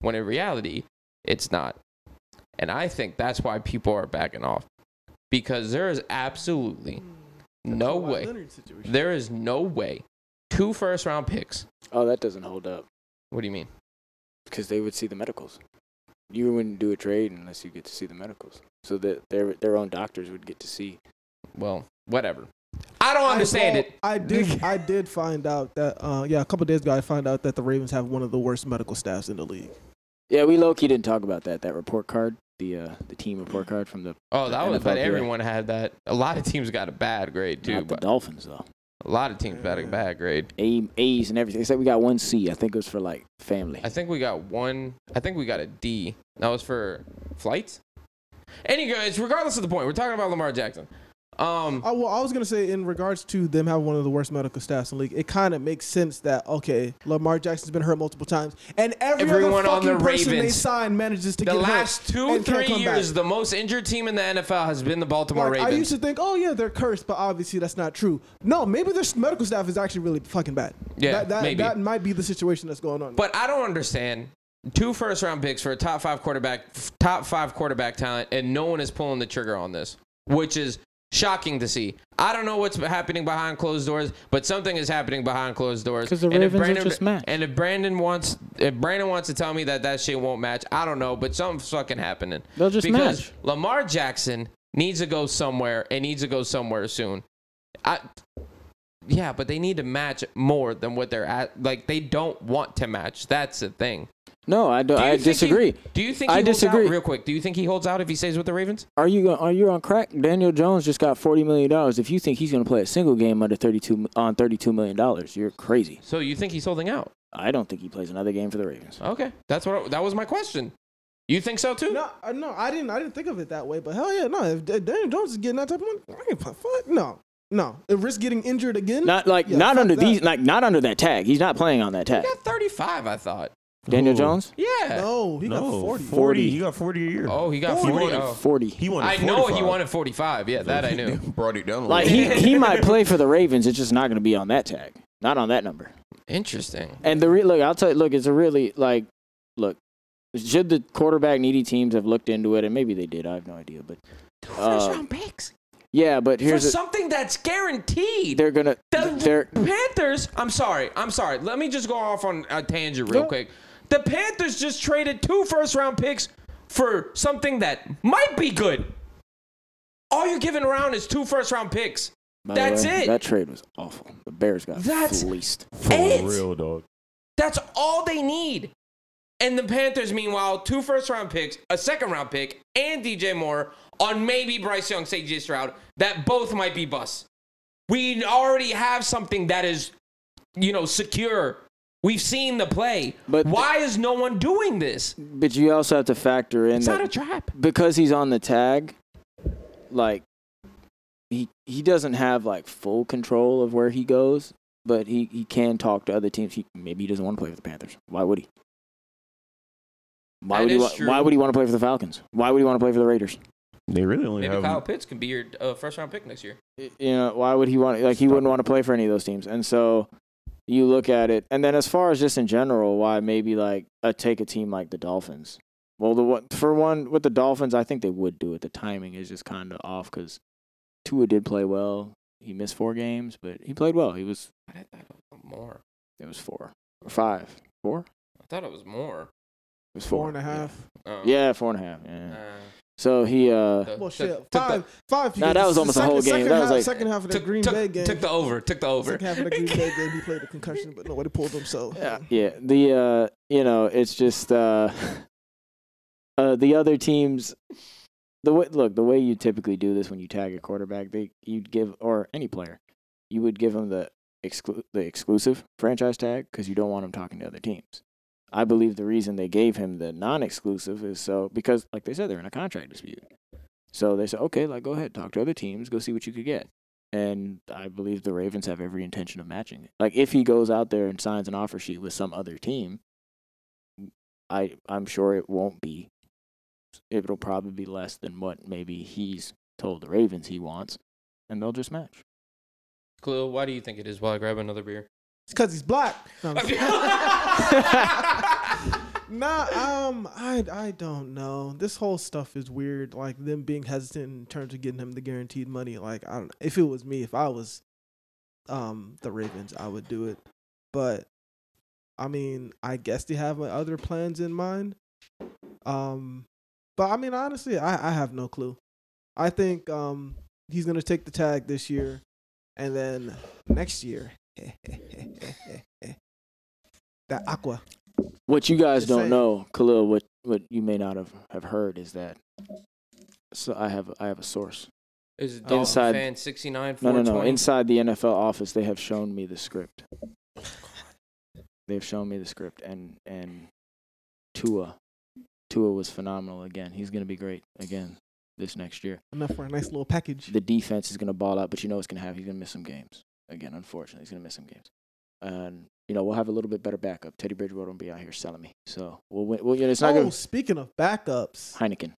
Speaker 7: when in reality, it's not. And I think that's why people are backing off because there is absolutely no
Speaker 3: Kawhi
Speaker 7: way,
Speaker 3: Leonard situation.
Speaker 7: there is no way two first round picks.
Speaker 6: Oh, that doesn't hold up
Speaker 7: What do you mean?
Speaker 6: because they would see the medicals. You wouldn't do a trade unless you get to see the medicals. So that their, their own doctors would get to see.
Speaker 7: Well, whatever. I don't understand
Speaker 3: I,
Speaker 7: it.
Speaker 3: well, I did. I did find out that. Uh, yeah, a couple days ago, I found out that the Ravens have one of the worst medical staffs in the league.
Speaker 6: Yeah, we low key didn't talk about that. That report card, the uh, the team report card from the,
Speaker 7: Oh, that was, but
Speaker 6: NFLPA.
Speaker 7: everyone had that. A lot of teams got a bad grade too.
Speaker 6: not the
Speaker 7: But
Speaker 6: Dolphins though.
Speaker 7: a lot of teams got a bad grade.
Speaker 6: A, A's and everything. Except we got one C. I think it was for like family.
Speaker 7: I think we got one. I think we got a D. That was for flights. Anyways, regardless of the point, we're talking about Lamar Jackson. Um,
Speaker 3: Oh, well, I was gonna say in regards to them having one of the worst medical staffs in the league, it kind of makes sense that okay, Lamar Jackson's been hurt multiple times, and every
Speaker 7: Everyone
Speaker 3: other
Speaker 7: on
Speaker 3: fucking
Speaker 7: the
Speaker 3: person they
Speaker 7: Ravens.
Speaker 3: sign manages to
Speaker 7: the
Speaker 3: get
Speaker 7: last
Speaker 3: hurt and
Speaker 7: two,
Speaker 3: can't
Speaker 7: three
Speaker 3: come back.
Speaker 7: years, the most injured team in the NFL has been the Baltimore
Speaker 3: Like, I
Speaker 7: Ravens.
Speaker 3: used to think, oh yeah, they're cursed, but obviously that's not true. No, maybe their s- medical staff is actually really fucking bad.
Speaker 7: Yeah,
Speaker 3: that, that,
Speaker 7: maybe.
Speaker 3: that might be the situation that's going on.
Speaker 7: But I don't understand two first round picks for a top five quarterback, f- top five quarterback talent, and no one is pulling the trigger on this, which is Shocking to see. I don't know what's happening behind closed doors, but something is happening behind closed doors.
Speaker 6: 'Cause the
Speaker 7: And if
Speaker 6: Ravens are
Speaker 7: Brandon-
Speaker 6: just mad.
Speaker 7: And if Brandon wants, if Brandon wants to tell me that that shit won't match, I don't know, but something's fucking happening.
Speaker 6: They'll just
Speaker 7: because
Speaker 6: match.
Speaker 7: Lamar Jackson needs to go somewhere and needs to go somewhere soon. I, yeah, but they need to match more than what they're at. Like they don't want to match. That's the thing.
Speaker 6: No, I don't.
Speaker 7: Do you
Speaker 6: I
Speaker 7: think he-
Speaker 6: disagree.
Speaker 7: do you think
Speaker 6: I
Speaker 7: he holds out-
Speaker 6: disagree.
Speaker 7: real quick? Do you think he holds out if he stays with the Ravens?
Speaker 6: Are you going are you on crack? Daniel Jones just got forty million dollars. If you think he's going to play a single game under thirty two on thirty two million dollars, you're crazy.
Speaker 7: So you think he's holding out?
Speaker 6: I don't think he plays another game for the Ravens.
Speaker 7: Okay, that's what that was my question. You think so too?
Speaker 3: No, uh, no, I didn't. I didn't think of it that way. But hell yeah, no. If D- Daniel Jones is getting that type of money, I ain't fuck. No, no. If risk getting injured again,
Speaker 6: Not like
Speaker 3: Yeah,
Speaker 6: not
Speaker 3: fuck
Speaker 6: under
Speaker 3: that.
Speaker 6: these like not under that tag. He's not playing on that tag.
Speaker 7: He got 35, I thought.
Speaker 6: Daniel
Speaker 5: Ooh.
Speaker 6: Jones,
Speaker 7: Yeah.
Speaker 3: No, he
Speaker 5: no,
Speaker 3: got 40.
Speaker 5: 40. He got 40 a year.
Speaker 7: Oh, he got
Speaker 5: He
Speaker 7: 40.
Speaker 5: wanted
Speaker 7: oh.
Speaker 6: forty.
Speaker 5: He wanted
Speaker 7: I know he
Speaker 5: 45.
Speaker 7: wanted 45. Yeah, that I
Speaker 5: They
Speaker 7: knew.
Speaker 5: Brought it down a
Speaker 6: like
Speaker 5: little.
Speaker 6: he he might play for the Ravens. It's just not going to be on that tag. Not on that number.
Speaker 7: Interesting.
Speaker 6: And the re- look, I'll tell you, look, it's a really like, look, should the quarterback needy teams have looked into it, and maybe they did. I have no idea, but
Speaker 7: First
Speaker 6: Uh,
Speaker 7: round picks
Speaker 6: yeah, but
Speaker 7: for
Speaker 6: here's a,
Speaker 7: something that's guaranteed.
Speaker 6: they're gonna
Speaker 7: The
Speaker 6: they're
Speaker 7: Panthers. I'm sorry. I'm sorry. Let me just go off on a tangent real
Speaker 6: Yeah.
Speaker 7: quick. The Panthers just traded two first round picks for something that might be good. All you're giving around is two first round picks.
Speaker 6: by the
Speaker 7: That's
Speaker 6: way,
Speaker 7: it.
Speaker 6: That trade was awful. The Bears got
Speaker 7: That's-
Speaker 6: fleeced.
Speaker 5: For
Speaker 7: It.
Speaker 5: real, dog.
Speaker 7: That's all they need. And the Panthers, meanwhile, two first round picks, a second round pick, and DJ Moore on maybe Bryce Young, CJ Stroud, that both might be busts. We already have something that is, you know, secure. We've seen the play.
Speaker 6: But-
Speaker 7: But why is no one doing this?
Speaker 6: But you also have to factor in
Speaker 7: It's
Speaker 6: that
Speaker 7: not a trap.
Speaker 6: because he's on the tag, like he he doesn't have like full control of where he goes, but he he can talk to other teams. He maybe he doesn't want to play for the Panthers. Why would he? Why
Speaker 7: That
Speaker 6: would he?
Speaker 7: is
Speaker 6: wa-
Speaker 7: true.
Speaker 6: Why would he want to play for the Falcons? Why would he want to play for the Raiders?
Speaker 5: They really only
Speaker 7: Maybe
Speaker 5: have
Speaker 7: Kyle Pitts can be your uh, first round pick next year.
Speaker 6: you know, why would he want like he wouldn't want to play for any of those teams? And so you look at it, and then as far as just in general, why maybe like a take a team like the Dolphins. Well, the one for one with the Dolphins, I think they would do it. The timing is just kind of off because Tua did play well. He missed four games, but he played well. He was
Speaker 7: I thought it was more.
Speaker 6: it was four or five, four.
Speaker 7: I thought it was more.
Speaker 6: It was four,
Speaker 3: Four and a half.
Speaker 7: Um,
Speaker 6: Yeah, four and a half.
Speaker 7: uh,
Speaker 6: Yeah. So he uh
Speaker 7: took-
Speaker 3: Well,
Speaker 7: took-
Speaker 3: shit.
Speaker 7: took the-
Speaker 3: Five. Five.
Speaker 6: Nah,
Speaker 3: because
Speaker 6: that was
Speaker 3: the
Speaker 6: almost the
Speaker 3: second-
Speaker 6: whole game.
Speaker 3: second
Speaker 6: That was
Speaker 3: half-
Speaker 6: like-
Speaker 3: second half of the
Speaker 7: took-
Speaker 3: Green
Speaker 7: took-
Speaker 3: Bay game.
Speaker 7: Took the over. Took the over.
Speaker 3: Second half of the Green Bay game, he played a concussion, but nobody pulled him. So
Speaker 6: yeah, yeah. The uh, you know, it's just uh, uh, the other teams. The way look, the way you typically do this when you tag a quarterback, they you'd give or any player, you would give them the exclu- the exclusive franchise tag because you don't want them talking to other teams. I believe the reason they gave him the non-exclusive is so because, like they said, they're in a contract dispute. So they said, okay, like go ahead, talk to other teams, go see what you could get and I believe the Ravens have every intention of matching it. Like if he goes out there and signs an offer sheet with some other team, I I'm sure it won't be. It'll probably be less than what maybe he's told the Ravens he wants, and they'll just match.
Speaker 7: Khalil, why do you think it is? While I grab another beer.
Speaker 3: it's because he's black. No, I'm just-
Speaker 7: yeah,
Speaker 3: Nah, um, I I don't know. This whole stuff is weird. Like them being hesitant in terms of getting him the guaranteed money. Like I don't. If it was me, if I was, um, the Ravens, I would do it. But, I mean, I guess they have other plans in mind. Um, but I mean, honestly, I I have no clue. I think um he's gonna take the tag this year, and then next year. That aqua.
Speaker 6: What you guys
Speaker 3: Just
Speaker 6: don't
Speaker 3: saying.
Speaker 6: know, Khalil, what what you may not have, have heard is that. So I have I have a source.
Speaker 7: Is it
Speaker 6: Dolphin Inside-
Speaker 7: fan 69
Speaker 6: No, no, no. Inside the NFL office, they have shown me the script. They've shown me the script, and and Tua, Tua was phenomenal again. He's gonna be great again this next year.
Speaker 3: Enough for a nice little package.
Speaker 6: The defense is gonna ball out, but you know what's gonna happen. He's gonna miss some games again. Unfortunately, he's gonna miss some games, and you know we'll have a little bit better backup. Teddy Bridgewater won't be out here selling me, so we'll win. Well, you know, it's not
Speaker 3: oh,
Speaker 6: gonna
Speaker 3: speaking of backups,
Speaker 6: Heineken.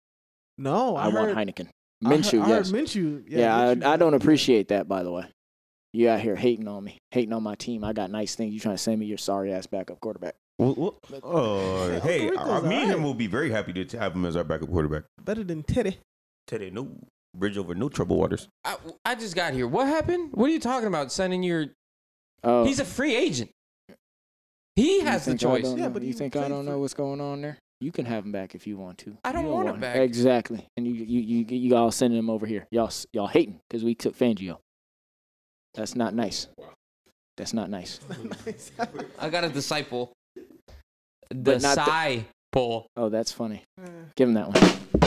Speaker 3: no, I,
Speaker 6: I, want
Speaker 3: heard,
Speaker 6: Heineken.
Speaker 3: I heard-
Speaker 6: Minshew,
Speaker 3: I heard
Speaker 6: yes.
Speaker 3: Minshew.
Speaker 6: Yeah,
Speaker 3: Minshew
Speaker 6: I, I
Speaker 3: got
Speaker 6: don't
Speaker 3: it.
Speaker 6: appreciate that, by the way. You out here hating on me, hating on my team. I got nice things. You trying to send me your sorry ass backup quarterback?
Speaker 5: Well, well, oh,
Speaker 3: Uncle
Speaker 5: hey,
Speaker 3: Rico's
Speaker 5: uh, me and
Speaker 3: alright.
Speaker 5: him will be very happy to have him as our backup quarterback.
Speaker 3: Better than Teddy.
Speaker 5: Today, no. Bridge over no trouble waters.
Speaker 7: I, I just got here. What happened? What are you talking about? Sending your.
Speaker 6: Oh,
Speaker 7: He's a free agent. He
Speaker 6: you
Speaker 7: has the
Speaker 6: think I
Speaker 7: choice.
Speaker 6: don't
Speaker 3: Yeah,
Speaker 6: know-
Speaker 3: but
Speaker 6: you
Speaker 3: he
Speaker 6: think I
Speaker 3: played
Speaker 6: don't know
Speaker 3: for-
Speaker 6: what's going on there? You can have him back if you want to.
Speaker 7: I don't
Speaker 6: You
Speaker 7: want him back.
Speaker 6: Exactly. And you you you, you all sending him over here. Y'all s- y'all hating because we took Fangio. That's not nice. That's not nice.
Speaker 7: I got a disciple.
Speaker 6: But not
Speaker 7: Disciple.
Speaker 6: Oh, that's funny. Give him that one.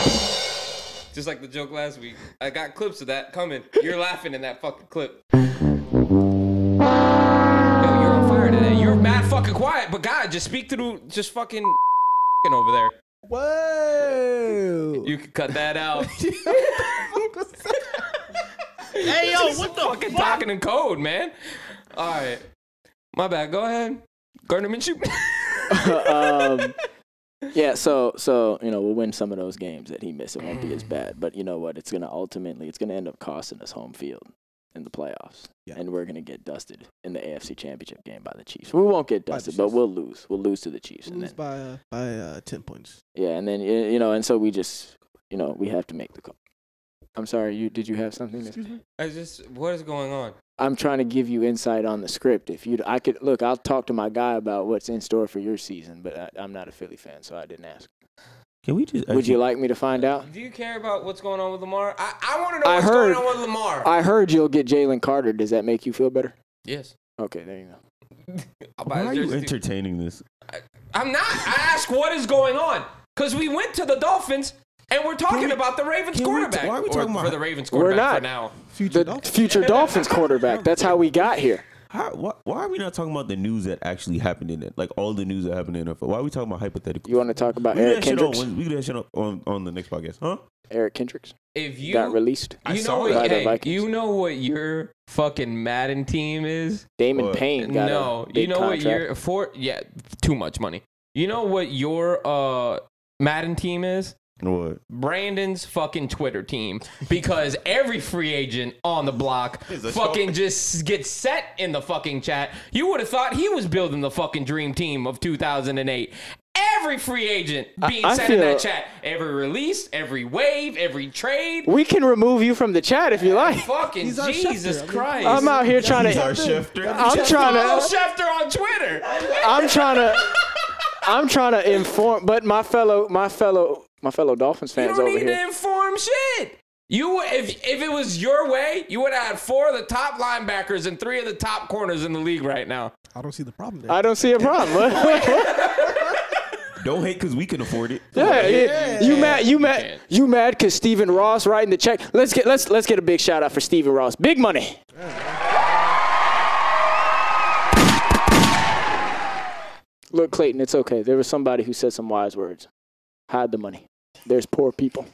Speaker 7: Just like the joke last week. I got clips of that coming. You're laughing in that fucking clip. Yo, you're on fire today. You're mad fucking quiet, but God, just speak through, just fucking over there.
Speaker 3: Whoa.
Speaker 7: You can cut that out.
Speaker 5: Hey yo, what the
Speaker 7: fucking talking in code, man. All right. My bad. Go ahead. Gardner Minshew.
Speaker 6: um, yeah, so so you know we'll win some of those games that he missed. It won't be as bad, but you know what? It's gonna ultimately it's gonna end up costing us home field in the playoffs,
Speaker 3: Yeah.
Speaker 6: and we're gonna get dusted in the AFC Championship game by the Chiefs. We won't get
Speaker 3: By the
Speaker 6: dusted, but
Speaker 3: Chiefs.
Speaker 6: we'll lose. We'll lose to the Chiefs, and
Speaker 3: Lose
Speaker 6: then
Speaker 3: by uh, by uh, ten points.
Speaker 6: yeah, and then y- you know, and so we just you know we have to make the call. I'm sorry, you did you have something? to-
Speaker 7: I just, what is going on?
Speaker 6: I'm trying to give you insight on the script. If you, I could look. I'll talk to my guy about what's in store for your season, but I, I'm not a Philly fan, so I didn't ask.
Speaker 5: Can we just?
Speaker 6: Would you like me to find out?
Speaker 7: Do you care about what's going on with Lamar? I, I want to know
Speaker 6: I
Speaker 7: what's
Speaker 6: heard-
Speaker 7: going on with Lamar.
Speaker 6: I heard you'll get Jalen Carter. Does that make you feel better?
Speaker 7: yes.
Speaker 6: Okay, there you go.
Speaker 7: I'll buy
Speaker 5: Why
Speaker 7: his
Speaker 5: are you
Speaker 7: jersey, too.
Speaker 5: entertaining this?
Speaker 7: I'm not. I ask what is going on because we went to the Dolphins and we're talking
Speaker 5: Can we-
Speaker 7: about the Ravens
Speaker 5: can we-
Speaker 7: quarterback.
Speaker 5: why are we
Speaker 7: Or
Speaker 5: talking about-
Speaker 7: for the Ravens
Speaker 6: We're not.
Speaker 7: quarterback for now?
Speaker 3: Future
Speaker 6: The
Speaker 3: Dolphins.
Speaker 6: future Dolphins quarterback. That's how we got here.
Speaker 5: How, why, why are we not talking about the news that actually happened in it? Like all the news that happened in NFL. Why are we talking about hypothetical?
Speaker 6: You want to talk about
Speaker 5: we do that
Speaker 6: Eric
Speaker 5: shit on
Speaker 6: uh, Kendricks?
Speaker 5: Wednesday. We do that shit on, on, on the next podcast, huh?
Speaker 6: Eric Kendricks
Speaker 7: If you
Speaker 6: got released.
Speaker 5: I
Speaker 7: you know
Speaker 5: saw
Speaker 7: what,
Speaker 5: it.
Speaker 6: By the
Speaker 7: hey,
Speaker 6: Vikings.
Speaker 7: you know what your fucking Madden team is?
Speaker 6: Damon
Speaker 5: What?
Speaker 6: Payne got
Speaker 7: no,
Speaker 6: a big
Speaker 7: you know
Speaker 6: contract.
Speaker 7: what your for yeah, too much money. You know what your uh Madden team is?
Speaker 5: What?
Speaker 7: Brandon's fucking Twitter team because every free agent on the block
Speaker 5: Is a
Speaker 7: fucking
Speaker 5: joke.
Speaker 7: just gets set in the fucking chat. You would have thought he was building the fucking dream team of 2008. Every free agent
Speaker 6: I-
Speaker 7: being
Speaker 6: I
Speaker 7: set in that
Speaker 6: feel-
Speaker 7: chat. Every release, every wave, every trade.
Speaker 6: We can remove you from the chat if you like.
Speaker 7: Fucking
Speaker 3: He's our
Speaker 7: Jesus
Speaker 3: Schefter. I mean,
Speaker 7: Christ.
Speaker 6: I'm out here trying
Speaker 5: He's our
Speaker 6: to.
Speaker 5: shifter.
Speaker 6: I'm trying
Speaker 7: Follow
Speaker 6: to.
Speaker 7: Schefter on Twitter.
Speaker 6: I'm trying to. I'm trying to inform. But my fellow, my fellow, my fellow Dolphins
Speaker 7: You
Speaker 6: fans
Speaker 7: don't
Speaker 6: over
Speaker 7: need
Speaker 6: here.
Speaker 7: to inform shit. You would- if if it was your way, you would have had four of the top linebackers and three of the top corners in the league right now.
Speaker 3: I don't see the problem there.
Speaker 6: I don't see a problem.
Speaker 5: Don't hate because we can afford it.
Speaker 6: Yeah, yeah. you mad? You
Speaker 7: can't.
Speaker 6: mad? You mad? Because Stephen Ross writing the check. Let's get let's let's get a big shout out for Stephen Ross. Big money. Look, Clayton, it's okay. There was somebody who said some wise words. Hide the money. There's poor people.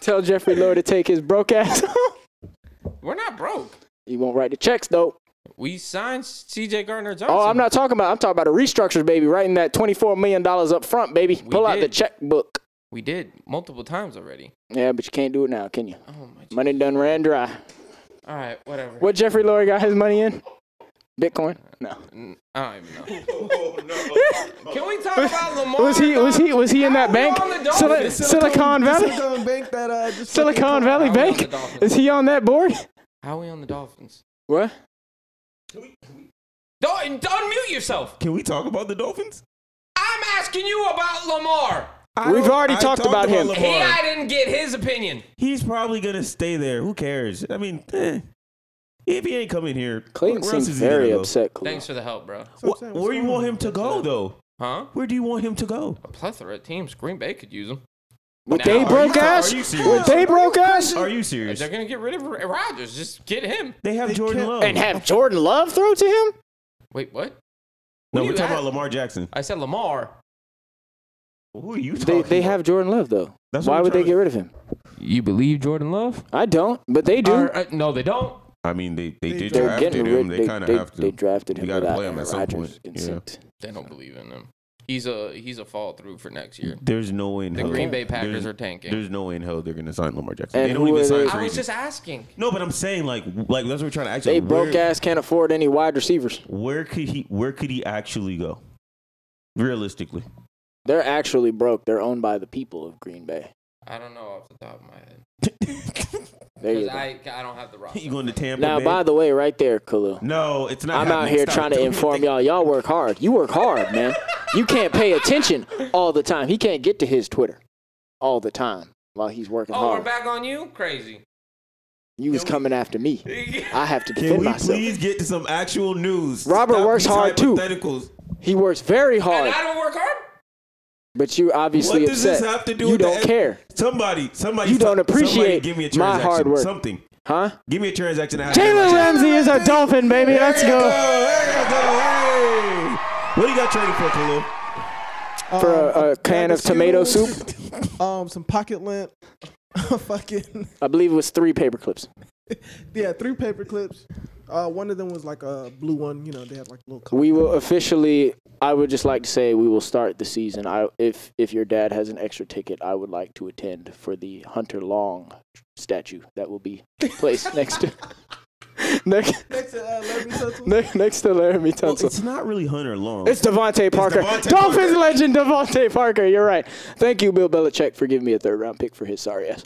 Speaker 6: Tell Jeffrey Lord to take his broke ass. home.
Speaker 7: We're not broke.
Speaker 6: he won't write the checks though.
Speaker 7: We signed C.J. Gardner Johnson.
Speaker 6: Oh, I'm not talking about. I'm talking about a restructure, baby. Writing that 24 million dollars up front, baby. Pull out the
Speaker 7: did.
Speaker 6: checkbook.
Speaker 7: We did multiple times already.
Speaker 6: Yeah, but you can't do it now, can you?
Speaker 7: Oh my. God.
Speaker 6: Money done ran dry.
Speaker 7: All right, whatever.
Speaker 6: What Jeffrey Lurie got his money in? Bitcoin? No.
Speaker 7: N- I don't even know. Can we talk about Lamar?
Speaker 6: Was he? Was he? Was he in that bank?
Speaker 7: on the Dolphins.
Speaker 6: Sili- Silicon Valley.
Speaker 3: Silicon Bank that uh, just
Speaker 6: Silicon
Speaker 7: How
Speaker 6: Valley
Speaker 7: we on the
Speaker 6: Bank.
Speaker 7: Dolphins?
Speaker 6: Is he on that board?
Speaker 7: How we on the Dolphins?
Speaker 6: What?
Speaker 7: Don't unmute yourself.
Speaker 5: Can we talk about the Dolphins?
Speaker 7: I'm asking you about Lamar.
Speaker 5: I
Speaker 6: We've
Speaker 5: don't-
Speaker 6: already
Speaker 5: I
Speaker 6: talked about him.
Speaker 7: He,
Speaker 5: Lamar.
Speaker 7: I didn't get his opinion.
Speaker 5: He's probably gonna stay there. Who cares? I mean, eh. if he ain't coming here,
Speaker 6: Clayton
Speaker 5: where else
Speaker 6: seems
Speaker 5: is he gonna
Speaker 6: very
Speaker 5: go?
Speaker 6: upset. Khalil.
Speaker 7: Thanks for the help, bro.
Speaker 3: That's what I'm
Speaker 5: Wh-
Speaker 3: saying. What's
Speaker 5: where you
Speaker 3: going
Speaker 5: want
Speaker 3: on?
Speaker 5: him to go though?
Speaker 7: Huh?
Speaker 5: Where do you want him to go?
Speaker 7: A plethora of teams. Green Bay could use him.
Speaker 6: With
Speaker 7: Now, are
Speaker 6: they
Speaker 7: you-
Speaker 6: broke ass.
Speaker 5: are you serious?
Speaker 6: With they broke ass.
Speaker 5: Are you serious?
Speaker 7: They're gonna get rid of Rodgers. Just get him.
Speaker 5: They have
Speaker 3: They
Speaker 5: Jordan
Speaker 3: can't-
Speaker 5: Love.
Speaker 6: And have Jordan Love throw to him?
Speaker 7: Wait, what?
Speaker 5: no,
Speaker 7: Who
Speaker 5: we're
Speaker 7: you
Speaker 5: talking
Speaker 7: have?
Speaker 5: about Lamar Jackson.
Speaker 7: I said Lamar.
Speaker 5: Who are you
Speaker 6: They
Speaker 5: talking?
Speaker 6: they
Speaker 5: about?
Speaker 6: have Jordan Love though.
Speaker 5: That's what
Speaker 6: Why
Speaker 5: I'm
Speaker 6: would
Speaker 5: trying
Speaker 6: they
Speaker 5: to-
Speaker 6: get rid of him?
Speaker 7: You believe Jordan Love?
Speaker 6: I don't, but they do.
Speaker 7: Or, uh, no, they don't.
Speaker 5: I mean, they they,
Speaker 3: They don't.
Speaker 5: did
Speaker 6: They're
Speaker 5: draft
Speaker 6: getting
Speaker 5: him.
Speaker 6: rid.
Speaker 5: They
Speaker 6: They,
Speaker 5: kind of
Speaker 6: they-
Speaker 5: have to.
Speaker 6: they drafted
Speaker 5: We
Speaker 6: him
Speaker 5: gotta
Speaker 6: without
Speaker 5: play him
Speaker 6: Aaron
Speaker 5: at some
Speaker 6: Rodgers'
Speaker 5: point. Yeah.
Speaker 6: consent.
Speaker 7: They don't believe in him. He's a he's a fall through for next year.
Speaker 5: There's no way in
Speaker 7: The
Speaker 5: hell.
Speaker 7: Green Bay Packers
Speaker 5: there's,
Speaker 7: are tanking.
Speaker 5: There's no way in hell they're gonna sign Lamar Jackson.
Speaker 6: And
Speaker 5: they don't
Speaker 6: who
Speaker 5: even
Speaker 6: are
Speaker 5: sign.
Speaker 6: they-
Speaker 5: for
Speaker 7: I was
Speaker 5: reason.
Speaker 7: just asking.
Speaker 5: No, but I'm saying like like that's what we're trying to actually.
Speaker 6: They broke
Speaker 5: where,
Speaker 6: ass can't afford any wide receivers.
Speaker 5: Where could he? Where could he actually go? Realistically,
Speaker 6: They're actually broke. They're owned by the people of Green Bay.
Speaker 7: I don't know off the top of my head.
Speaker 6: There you
Speaker 7: Because
Speaker 6: go.
Speaker 7: I, I don't have the roster.
Speaker 5: You going to Tampa?
Speaker 6: now,
Speaker 5: man?
Speaker 6: by the way, right there, Kalu.
Speaker 5: no, it's not.
Speaker 6: I'm out
Speaker 5: happening.
Speaker 6: here
Speaker 5: Stop
Speaker 6: trying to
Speaker 5: doing
Speaker 6: inform
Speaker 5: that.
Speaker 6: y'all. Y'all work hard. You work hard, man. You can't pay attention all the time. He can't get to his Twitter all the time while he's working
Speaker 7: Oh, we're
Speaker 6: hard.
Speaker 7: back on you? Crazy.
Speaker 6: You was coming after me. I have to
Speaker 5: Can
Speaker 6: defend
Speaker 5: we
Speaker 6: myself.
Speaker 5: please get to some actual news?
Speaker 6: Robert
Speaker 5: Stop
Speaker 6: works
Speaker 5: these
Speaker 6: hard, too.
Speaker 5: hypotheticals.
Speaker 6: He works very
Speaker 7: And
Speaker 6: hard,
Speaker 7: I don't work hard?
Speaker 6: but you obviously
Speaker 5: What does
Speaker 6: upset.
Speaker 5: this have to do
Speaker 6: you
Speaker 5: with the
Speaker 6: don't
Speaker 5: F-
Speaker 6: care,
Speaker 5: Somebody, somebody,
Speaker 6: You don't
Speaker 5: somebody
Speaker 6: appreciate
Speaker 5: give me a
Speaker 6: my
Speaker 5: transaction,
Speaker 6: hard work.
Speaker 5: Something.
Speaker 6: huh?
Speaker 5: Give me a transaction. that happened
Speaker 8: Jalen
Speaker 5: last year.
Speaker 8: Ramsey is a Dolphin, baby. Let's
Speaker 5: There you
Speaker 8: go.
Speaker 5: There you go. Hey. What do you got traded for, Khalil?
Speaker 6: For
Speaker 3: Um,
Speaker 6: a, a can of tomato
Speaker 3: Seals,
Speaker 6: soup,
Speaker 3: Um, some pocket lint. fucking
Speaker 6: I believe it was three paper clips.
Speaker 3: yeah, three paper clips. Uh, one of them was like a blue one. You know, they had like little. Color.
Speaker 6: We will officially. I would just like to say we will start the season. I if if your dad has an extra ticket, I would like to attend for the Hunter Long statue that will be placed next to next
Speaker 3: Next to uh, Larry Tunsil.
Speaker 6: next, next to Laramie
Speaker 5: Well,
Speaker 6: Tunsil.
Speaker 5: it's not really Hunter Long.
Speaker 6: It's Devontae Parker.
Speaker 5: Devontae
Speaker 6: Dolphins
Speaker 5: Parker.
Speaker 6: legend Devontae Parker. You're right. Thank you, Bill Belichick, for giving me a third round pick for his sorry ass.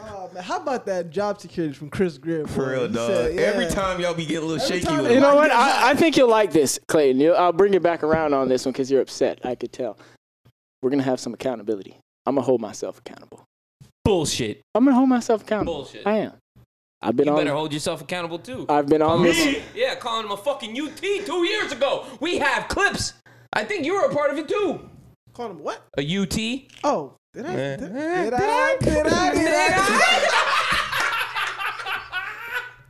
Speaker 3: Oh, man, how about that job security from Chris Greer?
Speaker 5: for
Speaker 3: boy?
Speaker 5: real,
Speaker 3: He
Speaker 5: dog.
Speaker 3: said, yeah.
Speaker 5: Every time y'all be getting a little
Speaker 3: Every
Speaker 5: shaky
Speaker 3: time
Speaker 5: with
Speaker 3: it-
Speaker 6: You
Speaker 5: it.
Speaker 6: know what? I, I think you'll like this, Clayton. you I'll bring you back around on this one because you're upset. I could tell. We're going to have some accountability. I'm going to hold myself accountable.
Speaker 7: Bullshit.
Speaker 6: I'm going to hold myself accountable.
Speaker 7: Bullshit.
Speaker 6: I am. I've been
Speaker 7: You better
Speaker 6: on.
Speaker 7: hold yourself accountable too.
Speaker 6: I've been on this.
Speaker 7: Me? Yeah, calling him a fucking UT two years ago. We have clips. I think you were a part of it too.
Speaker 3: Called him what?
Speaker 7: A UT. Did
Speaker 3: Oh, did I? Did, did I? Did I?
Speaker 7: I?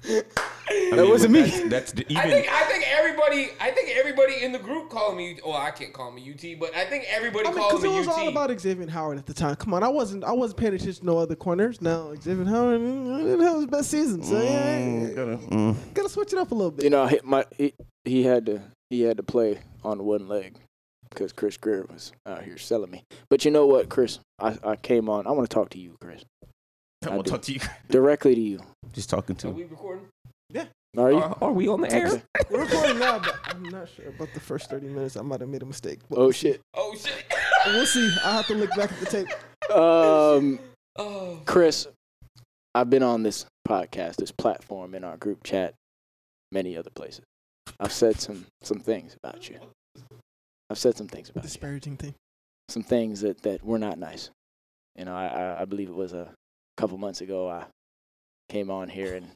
Speaker 3: Did I?
Speaker 5: I mean,
Speaker 6: wasn't me.
Speaker 5: That's, that's the, even.
Speaker 7: I think I think everybody I think everybody in the group called me. Well, I can't call me UT, but I think everybody
Speaker 3: I mean,
Speaker 7: called
Speaker 3: because
Speaker 7: me
Speaker 3: it was
Speaker 7: UT.
Speaker 3: all about Xavier Howard at the time. Come on, I wasn't. I wasn't paying attention to no other corners. Now Xavier Howard mm, didn't have his best season, so yeah,
Speaker 5: mm,
Speaker 3: gotta, gotta switch it up a little bit.
Speaker 6: You know, I hit my, he, he, had to, he had to play on one leg because Chris Greer was out here selling me. But you know what, Chris? I, I came on. I want to talk to you, Chris.
Speaker 5: I will
Speaker 6: do.
Speaker 5: talk to you.
Speaker 6: Directly to you.
Speaker 5: Just talking
Speaker 7: Are
Speaker 5: to.
Speaker 7: we recording?
Speaker 6: Are you?
Speaker 7: Are, are we on the
Speaker 6: Okay.
Speaker 7: air?
Speaker 3: We're recording now, but I'm not sure about the first 30 minutes. I might have made a mistake. But
Speaker 6: Oh, shit.
Speaker 7: Oh shit.
Speaker 3: we'll see. I have to look back at the tape.
Speaker 6: Um,
Speaker 7: Oh.
Speaker 6: Chris, I've been on this podcast, this platform, in our group chat, many other places. I've said some some things about you. I've said some things about you.
Speaker 3: Disparaging thing.
Speaker 6: Some things that that were not nice. You know, I I, I believe it was a couple months ago. I came on here and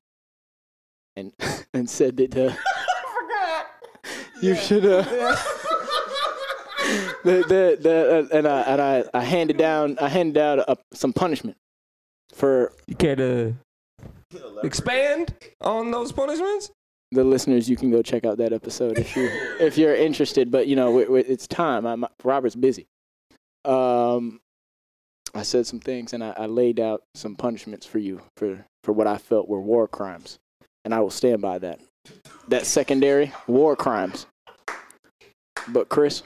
Speaker 6: and and said that uh, you should uh, the, the, the, uh, and I and I, I handed down I handed out uh some punishment for
Speaker 7: You care to expand on those punishments?
Speaker 6: the listeners. You can go check out that episode if you if you're interested. But you know we, we, it's time. I'm, Robert's busy. Um, I said some things and I, I laid out some punishments for you for for what I felt were war crimes, and I will stand by that. That secondary war crimes. But Chris,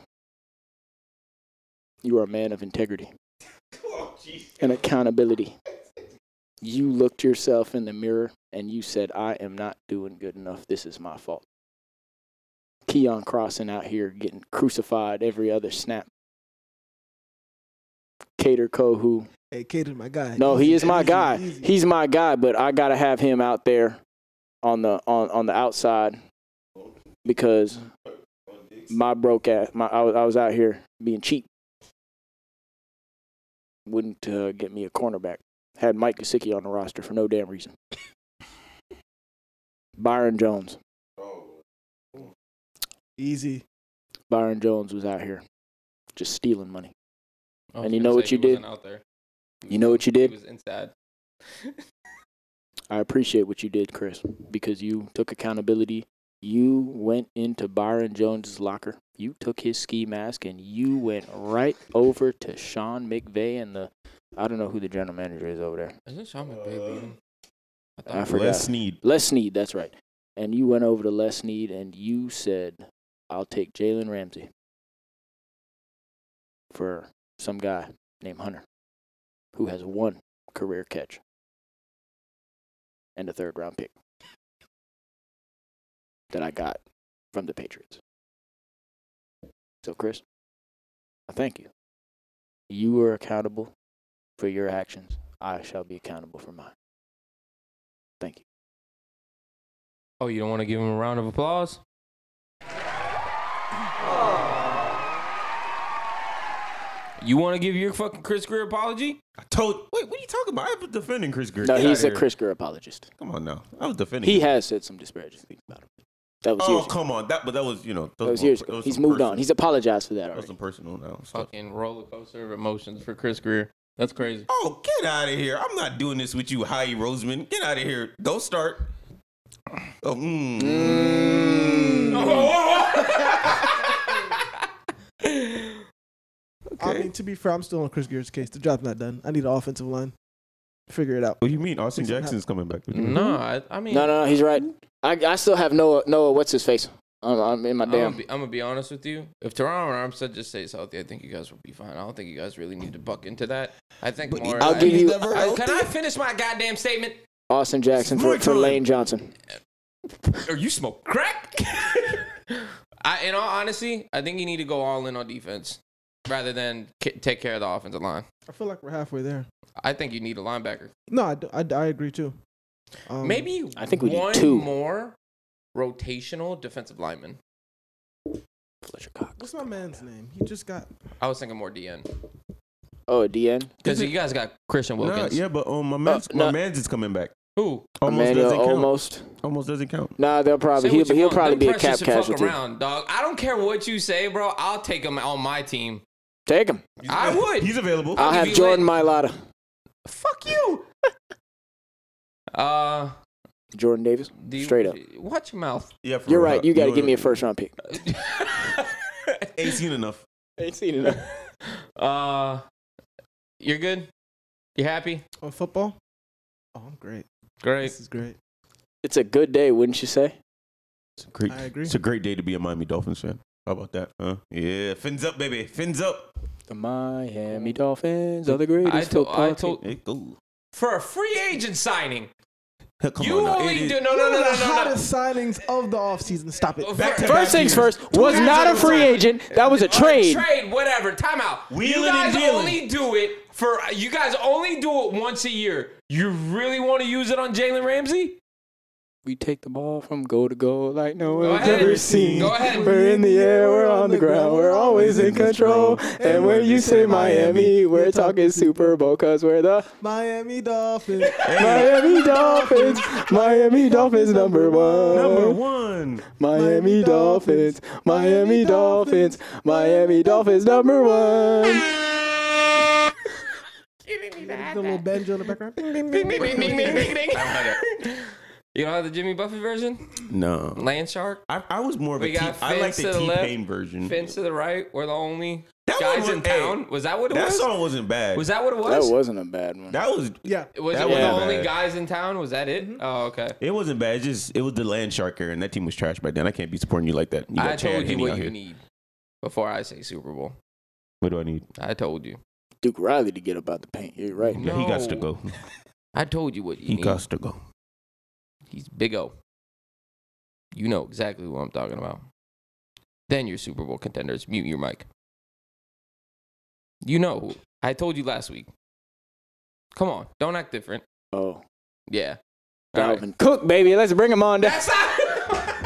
Speaker 6: you are a man of integrity. and accountability. You looked yourself in the mirror and you said, I am not doing good enough. This is my fault. Keon Crossing out here getting crucified every other snap. Cater Kohu.
Speaker 3: Hey, Caden's my guy.
Speaker 6: No, he
Speaker 3: Easy,
Speaker 6: is my
Speaker 3: easy,
Speaker 6: guy.
Speaker 3: easy.
Speaker 6: He's my guy, but I gotta have him out there on the on, on the outside because my broke ass my I was, I was out here being cheap. Wouldn't uh, get me a cornerback. Had Mike Kosicki on the roster for no damn reason. Byron Jones.
Speaker 3: easy.
Speaker 6: Byron Jones was out here just stealing money.
Speaker 7: I was
Speaker 6: And you
Speaker 7: gonna
Speaker 6: know
Speaker 7: say
Speaker 6: what
Speaker 7: he
Speaker 6: you did?
Speaker 7: wasn't Out there.
Speaker 6: You know what you did?
Speaker 7: He was inside.
Speaker 6: I appreciate what you did, Chris, because you took accountability. You went into Byron Jones's locker. You took his ski mask and you went right over to Sean McVay and the I don't know who the general manager is over there.
Speaker 7: Isn't Sean McVay
Speaker 6: I
Speaker 5: you.
Speaker 6: forgot.
Speaker 5: Les Snead.
Speaker 6: Les Snead, that's right. And you went over to Les Snead and you said, I'll take Jalen Ramsey for some guy named Hunter who has one career catch and a third round pick that I got from the Patriots. So, Chris, I thank you. You are accountable for your actions. I shall be accountable for mine. Thank you.
Speaker 7: Oh, you don't want to give him a round of applause? You want to give your fucking Chris Greer apology?
Speaker 5: I told. Wait, what are you talking about? I was defending Chris Greer.
Speaker 6: No,
Speaker 5: Get
Speaker 6: he's
Speaker 5: outta
Speaker 6: a
Speaker 5: here.
Speaker 6: Chris Greer apologist.
Speaker 5: Come on now. I was defending.
Speaker 6: He
Speaker 5: him.
Speaker 6: has said some disparaging things about him. That was
Speaker 5: Oh,
Speaker 6: years ago.
Speaker 5: come on. That, but that was you know.
Speaker 6: That was
Speaker 5: more-
Speaker 6: years
Speaker 5: that
Speaker 6: ago.
Speaker 5: was
Speaker 6: He's
Speaker 5: some
Speaker 6: moved
Speaker 5: personal-
Speaker 6: on. He's apologized for that
Speaker 5: That was
Speaker 6: already.
Speaker 5: some personal now. stuff.
Speaker 7: Fucking roller coaster of emotions for Chris Greer. That's crazy.
Speaker 5: Oh, get out of here! I'm not doing this with you, Heidi Roseman. Get out of here. Don't start. Oh, mm.
Speaker 6: Mm.
Speaker 5: Oh.
Speaker 3: I mean, to be fair, I'm still on Chris Gear's case. The job's not done. I need an offensive line. Figure it out.
Speaker 5: What do you mean? Austin Jackson's coming back.
Speaker 6: Mm-hmm.
Speaker 7: No, I, I mean,
Speaker 6: No, no, no, he's right. I, I still have Noah. Noah, what's his face? I'm, I'm in my
Speaker 7: I'm gonna,
Speaker 6: damn.
Speaker 7: be, I'm gonna be honest with you. If Toronto and Armstead just stays healthy, I think you guys will be fine. I don't think you guys really need to buck into that. I think more.
Speaker 6: I'll
Speaker 7: I-
Speaker 6: give you
Speaker 7: I- can I finish my goddamn statement?
Speaker 6: Austin Jackson for, for
Speaker 5: Brooklyn.
Speaker 6: Lane Johnson.
Speaker 7: Or you smoke crack? I, in all honesty, I think you need to go all in on defense rather than ki- take care of the offensive line.
Speaker 3: I feel like we're halfway there.
Speaker 7: I think you need a linebacker.
Speaker 3: No, I, d- I d- I agree too. Um,
Speaker 7: Maybe
Speaker 6: I think we need
Speaker 7: one
Speaker 6: two.
Speaker 7: more rotational defensive lineman.
Speaker 6: Fletcher Cox.
Speaker 3: What's my man's name? He just got.
Speaker 7: I was thinking more DN
Speaker 6: Oh, a DN.
Speaker 7: because you guys got Christian
Speaker 5: Nah,
Speaker 7: Wilkins.
Speaker 5: yeah, but um, my man's,
Speaker 6: no.
Speaker 5: my man's is coming back.
Speaker 7: Who?
Speaker 5: Almost
Speaker 6: Uh, Emmanuel
Speaker 5: doesn't count.
Speaker 6: almost.
Speaker 5: Almost doesn't count.
Speaker 6: Nah, they'll probably he'll,
Speaker 7: what you
Speaker 6: he'll
Speaker 7: want.
Speaker 6: probably
Speaker 7: Them
Speaker 6: be a cap
Speaker 7: pressures should fuck
Speaker 6: casualty.
Speaker 7: around, dog. I don't care what you say, bro. I'll take him on my team.
Speaker 6: Take him.
Speaker 7: I would.
Speaker 5: He's available.
Speaker 6: I'll
Speaker 7: give
Speaker 6: have
Speaker 7: you
Speaker 6: Jordan Mailata.
Speaker 7: Fuck you. uh,
Speaker 6: Jordan Davis.
Speaker 7: do you-
Speaker 6: Straight up.
Speaker 7: Watch your mouth.
Speaker 5: yeah, for
Speaker 6: You're
Speaker 5: real.
Speaker 6: right. You got to
Speaker 5: know,
Speaker 6: give me a first round pick.
Speaker 5: Ain't seen enough.
Speaker 6: Ain't seen enough.
Speaker 7: uh, you're good. You happy?
Speaker 3: On football? Oh, I'm great.
Speaker 7: Great.
Speaker 3: This is great.
Speaker 6: It's a good day, wouldn't you say?
Speaker 5: It's a great.
Speaker 3: I agree.
Speaker 5: It's a great day to be a Miami Dolphins fan. How about that? Huh? Yeah, fins up, baby. Fins up.
Speaker 6: The Miami Dolphins are the greatest
Speaker 7: I told.
Speaker 6: football
Speaker 7: I told
Speaker 5: Hey, go.
Speaker 7: for a free agent signing.
Speaker 5: Hell, Come
Speaker 7: you
Speaker 5: on now. It
Speaker 7: only
Speaker 5: is-
Speaker 7: do no
Speaker 3: One
Speaker 7: no
Speaker 3: of
Speaker 7: no
Speaker 3: the
Speaker 7: no no. no.
Speaker 3: hottest signings of the offseason. Stop it.
Speaker 7: Back
Speaker 5: to
Speaker 6: team. First things first, was
Speaker 7: Two
Speaker 6: not a
Speaker 7: guys
Speaker 6: free
Speaker 7: on the
Speaker 6: agent. That was a trade.
Speaker 7: Or trade, whatever. Timeout.
Speaker 5: Wheeling
Speaker 7: you guys
Speaker 5: and dealing.
Speaker 7: only do it for. You guys only do it once a year. You really want to use it on Jalen Ramsey?
Speaker 6: We take the ball from goal to goal like no
Speaker 7: Go
Speaker 6: one's
Speaker 7: ahead.
Speaker 6: ever seen.
Speaker 7: Go ahead.
Speaker 6: We're in the air, we're on the ground, we're always in control. And when you say Miami, we're talking Super Bowl because we're the
Speaker 3: Miami Dolphins.
Speaker 6: Miami Dolphins. Miami Dolphins number one.
Speaker 5: number one.
Speaker 6: Miami Dolphins. Miami Dolphins. Miami Dolphins number one.
Speaker 3: the little banjo in the background.
Speaker 7: Ding, ding, ding, ding, ding, ding, ding. You don't have the Jimmy Buffett version?
Speaker 5: No,
Speaker 7: Land Shark?
Speaker 5: I, I was more of a
Speaker 7: We
Speaker 5: T.
Speaker 7: got
Speaker 5: I like
Speaker 7: fins
Speaker 5: the
Speaker 7: to the
Speaker 5: T
Speaker 7: left,
Speaker 5: Pain version.
Speaker 7: Fence to the right? We're the only
Speaker 5: That one
Speaker 7: guys
Speaker 5: was-
Speaker 7: in town? was that what it
Speaker 5: That
Speaker 7: was?
Speaker 5: song wasn't bad.
Speaker 7: was that what it was?
Speaker 6: wasn't a bad one.
Speaker 5: that was Mm-hmm.
Speaker 3: Yeah.
Speaker 7: was
Speaker 5: that
Speaker 7: it we're the
Speaker 5: wasn't
Speaker 7: only
Speaker 5: bad.
Speaker 7: guys in town? Was that it? Oh, okay.
Speaker 5: It wasn't bad. It's just it was the land shark era, and that team was trash by then. I can't be supporting you like that. You got
Speaker 7: I
Speaker 5: Chad
Speaker 7: told you
Speaker 5: Henne out
Speaker 7: what you
Speaker 5: here.
Speaker 7: need before I say Super Bowl.
Speaker 5: What do I need?
Speaker 7: I told you.
Speaker 6: Duke Riley to get about the paint. You're right.
Speaker 5: Yeah, he got to
Speaker 7: No.
Speaker 5: go.
Speaker 7: I told you what you
Speaker 5: He
Speaker 7: need.
Speaker 5: got to go.
Speaker 7: He's Big O. You know exactly who I'm talking about. Then your Super Bowl contenders. Mute your mic. You know who. I told you last week. Come on, don't act different.
Speaker 6: Oh,
Speaker 7: Yeah. All right.
Speaker 6: Dalvin Cook, baby. Let's bring him on down.
Speaker 7: That's not.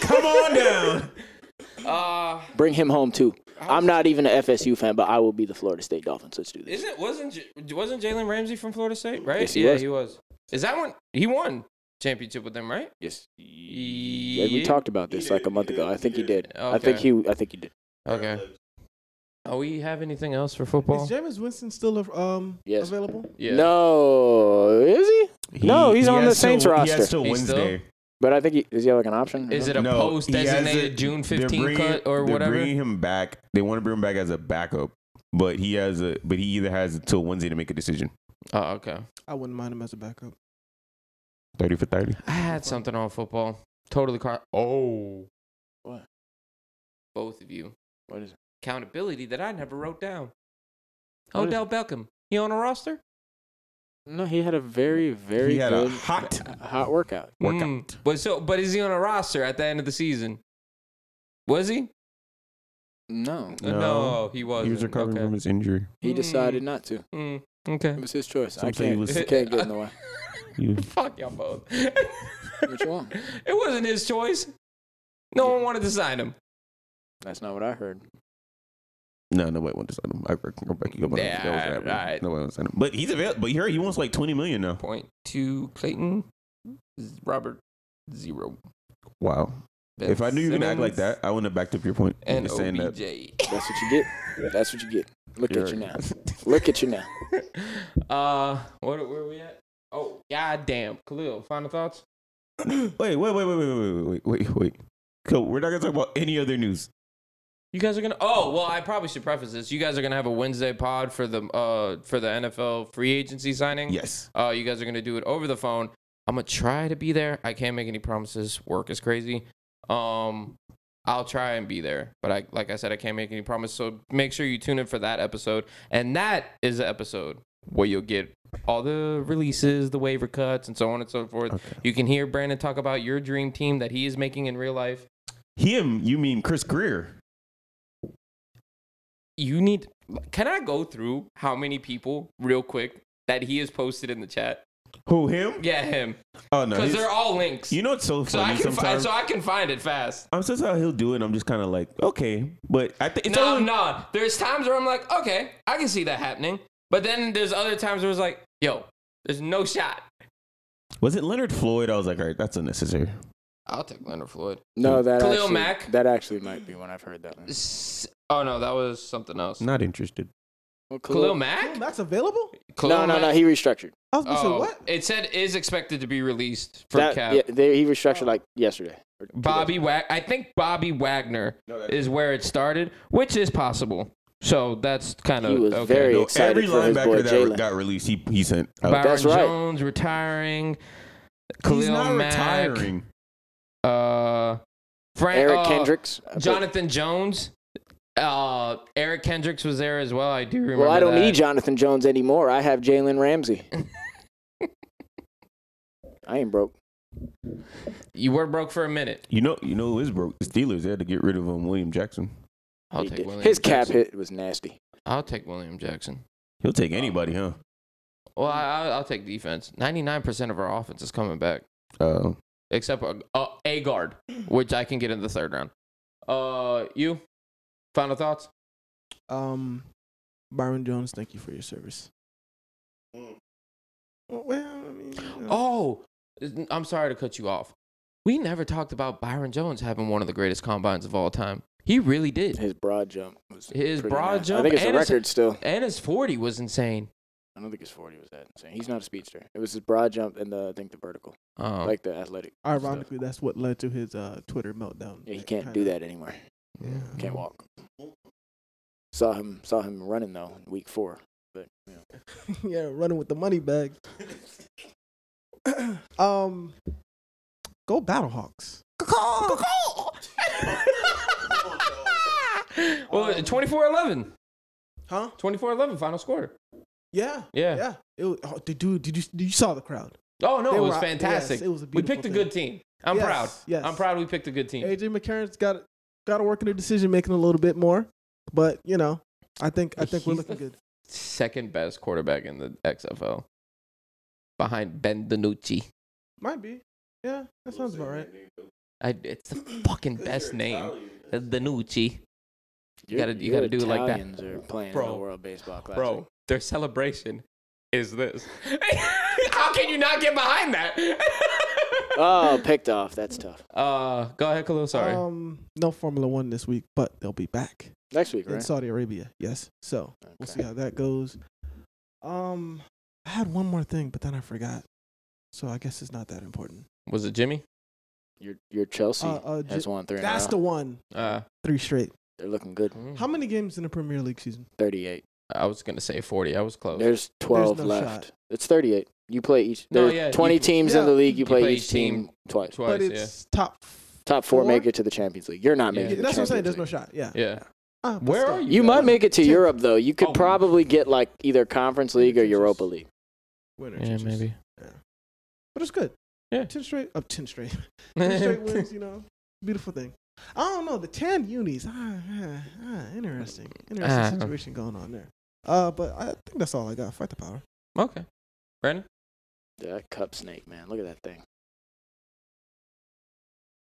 Speaker 5: Come on down.
Speaker 7: uh,
Speaker 6: Bring him home too. I'm not even an FSU fan, but I will be the Florida State Dolphins. Let's do this.
Speaker 7: isn't wasn't J- wasn't Jalen Ramsey from Florida State? Right?
Speaker 6: Yes, he
Speaker 7: yeah,
Speaker 6: was.
Speaker 7: he was. Is that one? He won championship with them, right?
Speaker 6: Yes.
Speaker 7: Yeah.
Speaker 6: Yeah, we talked about this like a month ago. I think he did. I think
Speaker 7: Okay.
Speaker 6: he. I think he did.
Speaker 7: Okay. Oh, we have anything else for
Speaker 3: Is
Speaker 7: football?
Speaker 3: Jameis Winston still um
Speaker 6: Yes.
Speaker 3: available?
Speaker 7: Yeah.
Speaker 6: No, is he? No, he's on the Saints roster.
Speaker 5: He has till
Speaker 7: He's still-
Speaker 5: Wednesday.
Speaker 6: But I think he is. He have like an option.
Speaker 7: Is it a
Speaker 5: No, he has
Speaker 7: post-designated
Speaker 5: it-
Speaker 7: June
Speaker 5: they're
Speaker 7: 15
Speaker 5: bringing-
Speaker 7: cut or
Speaker 5: they're
Speaker 7: whatever?
Speaker 5: Bringing him back. They want to bring him back as a backup, but he has a. But he either has until Wednesday to make a decision.
Speaker 7: Oh, okay.
Speaker 3: I wouldn't mind him as a backup.
Speaker 5: Thirty for thirty.
Speaker 7: I had something on football. Totally caught. Oh.
Speaker 6: What?
Speaker 7: Both of you.
Speaker 6: What is it?
Speaker 7: Accountability that I never wrote down.
Speaker 6: What is
Speaker 7: Odell Beckham. He on a roster?
Speaker 6: No, he had a very, very
Speaker 5: He had a
Speaker 6: good
Speaker 5: hot-
Speaker 6: hot workout.
Speaker 5: Workout.
Speaker 7: Mm. But so, but is he on a roster at the end of the season? Was he?
Speaker 6: No,
Speaker 5: No.
Speaker 7: Uh, no, he wasn't.
Speaker 5: He was recovering
Speaker 7: okay.
Speaker 5: from his injury.
Speaker 6: he
Speaker 7: Hmm.
Speaker 6: decided not to.
Speaker 7: Mm, okay.
Speaker 6: It was his choice.
Speaker 5: Some
Speaker 6: I
Speaker 5: say he
Speaker 6: can't.
Speaker 5: was-
Speaker 6: I can't get in the way.
Speaker 5: He was-
Speaker 7: Fuck y'all both.
Speaker 6: What you want?
Speaker 7: It wasn't his choice. No one wanted to sign him.
Speaker 6: That's not what I heard.
Speaker 5: no, nobody wants to sign him. I reckon Rebecca Gilbert.
Speaker 7: Yeah,
Speaker 5: that was that.
Speaker 7: right.
Speaker 5: Nobody wants to sign him. But he's available. But he heard he wants like twenty million now.
Speaker 7: Point to Clayton, Z- Robert, zero.
Speaker 5: Wow. if I knew you were gonna act like
Speaker 7: Simmons,
Speaker 5: that, I wouldn't have backed up your point.
Speaker 7: and
Speaker 5: Just saying that.
Speaker 7: OBJ.
Speaker 6: That's what you get. That's what you get. Look at you now.
Speaker 5: You're-
Speaker 6: Look at you now.
Speaker 7: uh, what, where we at? Oh, goddamn, Khalil. Final thoughts?
Speaker 5: Wait, wait, wait, wait, wait, wait, wait, wait, wait, wait. So we're not gonna talk about any other news.
Speaker 7: You guys are gonna. Oh, well, I probably should preface this. You guys are gonna have a Wednesday pod for the uh for the NFL free agency signing.
Speaker 5: Yes.
Speaker 7: Uh, you guys are gonna do it over the phone. I'm gonna try to be there. I can't make any promises. Work is crazy. Um, I'll try and be there, but I like I said, I can't make any promises. So make sure you tune in for that episode, and that is the episode where you'll get all the releases, the waiver cuts, and so on and so forth. You can hear Brandon talk about your dream team that he is making in real life.
Speaker 5: Him, you mean Chris Greer?
Speaker 7: you need can i go through how many people real quick that he has posted in the chat
Speaker 5: Who him?
Speaker 7: yeah him
Speaker 5: Oh no.
Speaker 7: because
Speaker 5: he's-
Speaker 7: they're all links
Speaker 5: You know what's so
Speaker 7: so I,
Speaker 5: funny
Speaker 7: can fi-
Speaker 5: sometimes?
Speaker 7: so I can find it fast
Speaker 5: I'm just how he'll do it. and I'm just kind of like, okay, but I think it's
Speaker 7: no
Speaker 5: only-
Speaker 7: no there's times where i'm like okay i can see that happening but then there's other times where it's like yo there's no shot
Speaker 5: was it Leonard Floyd? I was like, all right, that's unnecessary.
Speaker 7: i'll take leonard floyd
Speaker 5: Hmm.
Speaker 6: No, that
Speaker 7: Khalil
Speaker 6: actually,
Speaker 7: Mack?
Speaker 6: That actually might be when I've heard that. One.
Speaker 7: S- oh no that was something else
Speaker 5: Not interested.
Speaker 6: Well, Khalil-
Speaker 7: khalil mack
Speaker 3: Damn, that's available?
Speaker 7: Khalil
Speaker 6: No, no,
Speaker 7: Mack?
Speaker 6: no. He restructured.
Speaker 3: I was gonna say
Speaker 7: Oh,
Speaker 6: eh.
Speaker 3: what?
Speaker 7: it said is expected to be released for
Speaker 6: That,
Speaker 7: cap
Speaker 6: yeah, they, he restructured like yesterday. or two days
Speaker 7: Bobby
Speaker 6: ago.
Speaker 7: Wag. I think Bobby Wagner is where it started, which is possible. So that's kind of
Speaker 6: He was
Speaker 7: okay.
Speaker 6: very-
Speaker 5: No,
Speaker 6: excited
Speaker 5: every
Speaker 6: for his boy
Speaker 5: linebacker that
Speaker 6: Jalen.
Speaker 5: got released, he he sent. out.
Speaker 7: Byron
Speaker 6: That's right.
Speaker 7: Jones retiring. Khalil
Speaker 5: He's not
Speaker 7: Mack,
Speaker 5: retiring.
Speaker 7: Uh, Frank,
Speaker 6: Eric
Speaker 7: uh,
Speaker 6: Kendricks. I put-
Speaker 7: Jonathan Jones. Uh, Eric Kendricks was there as well. I do remember.
Speaker 6: Well, I don't
Speaker 7: that.
Speaker 6: need Jonathan Jones anymore. I have Jalen Ramsey. I ain't broke.
Speaker 7: You were broke for a minute.
Speaker 5: You know, you know who is broke? The Steelers. They had to get rid of him, William Jackson.
Speaker 7: I'll
Speaker 6: He
Speaker 7: take
Speaker 6: did.
Speaker 7: William.
Speaker 6: His cap
Speaker 7: Jackson.
Speaker 6: hit was nasty.
Speaker 7: I'll take William Jackson.
Speaker 5: He'll take anybody, huh?
Speaker 7: Well, I, I'll- I'll take defense. Ninety nine percent of our offense is coming back.
Speaker 5: Uh,
Speaker 7: except a, a, a guard, which I can get in the third round. Uh, you, final thoughts?
Speaker 3: Um, Byron Jones, thank you for your service.
Speaker 6: Mm.
Speaker 3: Well, I mean, you know.
Speaker 7: Oh, I'm sorry to cut you off. We never talked about Byron Jones having one of the greatest combines of all time. He really did.
Speaker 6: His broad jump was.
Speaker 7: His
Speaker 6: pretty
Speaker 7: broad
Speaker 6: nice.
Speaker 7: jump
Speaker 6: I think it's a
Speaker 7: and his-
Speaker 6: record still.
Speaker 7: And his 40 was insane.
Speaker 6: I don't think his 40 was that insane. He's not a speedster. It was his broad jump and the I think the vertical,
Speaker 7: Um,
Speaker 6: like the athletic. stuff.
Speaker 3: ironically, that's what led to his uh, Twitter meltdown.
Speaker 6: yeah, he
Speaker 3: That
Speaker 6: can't
Speaker 3: kinda-
Speaker 6: do that anymore. Can't walk. Saw him, saw him running though in week four. But you know.
Speaker 3: yeah, running with the money bag. um, go Battlehawks.
Speaker 7: well,
Speaker 3: Um,
Speaker 7: 24 11.
Speaker 3: Huh?
Speaker 7: 24 11, final score.
Speaker 3: Yeah.
Speaker 7: Yeah.
Speaker 3: Yeah. It was, oh, dude, dude, did you you saw the crowd?
Speaker 7: Oh, no,
Speaker 3: They
Speaker 7: it was
Speaker 3: were-
Speaker 7: fantastic.
Speaker 3: yes, it was a
Speaker 7: we
Speaker 3: beautiful
Speaker 7: picked a
Speaker 3: thing.
Speaker 7: good team. I'm
Speaker 3: Yes,
Speaker 7: proud.
Speaker 3: yes.
Speaker 7: I'm proud we picked a good team.
Speaker 3: AJ McCarron's got got to work in the decision making a little bit more, but you know, I think I think we're
Speaker 7: He's
Speaker 3: looking
Speaker 7: the-
Speaker 3: good.
Speaker 7: second best quarterback in the XFL behind Ben DiNucci.
Speaker 3: Might be. Yeah, that sounds about right.
Speaker 7: I, it's the fucking best name, DiNucci.
Speaker 6: Your-
Speaker 7: gotta- you
Speaker 6: your
Speaker 7: gotta do it like that.
Speaker 6: Italians are playing in
Speaker 7: Bro.
Speaker 6: the World Baseball Classic.
Speaker 7: Bro, their celebration is this. How can you not get behind that?
Speaker 6: Oh, picked off. That's tough.
Speaker 7: Uh, go ahead, Khalil. Sorry.
Speaker 3: Um, no Formula One this week, but they'll be back
Speaker 6: Next week,
Speaker 3: in
Speaker 6: right?
Speaker 3: Saudi Arabia. Yes, so we'll
Speaker 6: Okay.
Speaker 3: see how that goes. Um, I had one more thing, but then I forgot. So I guess it's not that important.
Speaker 7: Was it Jimmy?
Speaker 6: Your your Chelsea
Speaker 3: Uh, uh, J-
Speaker 6: has won three. in a
Speaker 3: That's
Speaker 6: row.
Speaker 3: the one.
Speaker 7: Uh, mm.
Speaker 3: Three straight.
Speaker 6: They're looking good.
Speaker 3: How many games in the Premier League season?
Speaker 6: Thirty-eight.
Speaker 7: I was gonna say forty. I was close.
Speaker 6: There's twelve
Speaker 3: no
Speaker 6: left.
Speaker 3: shot.
Speaker 6: It's thirty-eight. You play each.
Speaker 7: No,
Speaker 6: There's
Speaker 7: yeah,
Speaker 6: twenty
Speaker 7: you-
Speaker 6: teams in
Speaker 3: yeah.
Speaker 6: the league. You,
Speaker 7: You
Speaker 6: play,
Speaker 7: play
Speaker 6: each
Speaker 7: each
Speaker 6: team, twice.
Speaker 7: Twice.
Speaker 3: but it's top.
Speaker 6: Top four,
Speaker 3: Four?
Speaker 6: make it to the Champions League. You're not
Speaker 7: Yeah.
Speaker 6: making
Speaker 3: Yeah,
Speaker 6: the
Speaker 3: that's what I'm
Speaker 6: Champions
Speaker 3: saying. There's no
Speaker 6: League.
Speaker 3: shot. Yeah.
Speaker 7: yeah. Yeah.
Speaker 3: Ah, but
Speaker 7: Where
Speaker 3: still.
Speaker 7: are you?
Speaker 6: You might make it to
Speaker 3: Tim-
Speaker 6: Europe though. You could
Speaker 7: Oh.
Speaker 6: probably get like either Conference League or Europa League.
Speaker 3: Winner,
Speaker 7: Yeah,
Speaker 3: Jesus.
Speaker 7: maybe.
Speaker 3: But it's good.
Speaker 7: Yeah.
Speaker 3: Ten straight. Up ten straight. Ten straight wins. You know, beautiful thing. I don't know. The 10 unis. Ah, ah, ah, interesting. Interesting
Speaker 7: Ah.
Speaker 3: situation going on there. Uh, but I think that's all I got. Fight the power.
Speaker 7: Okay. Brandon?
Speaker 6: Dude, that cup snake, man. Look at that thing.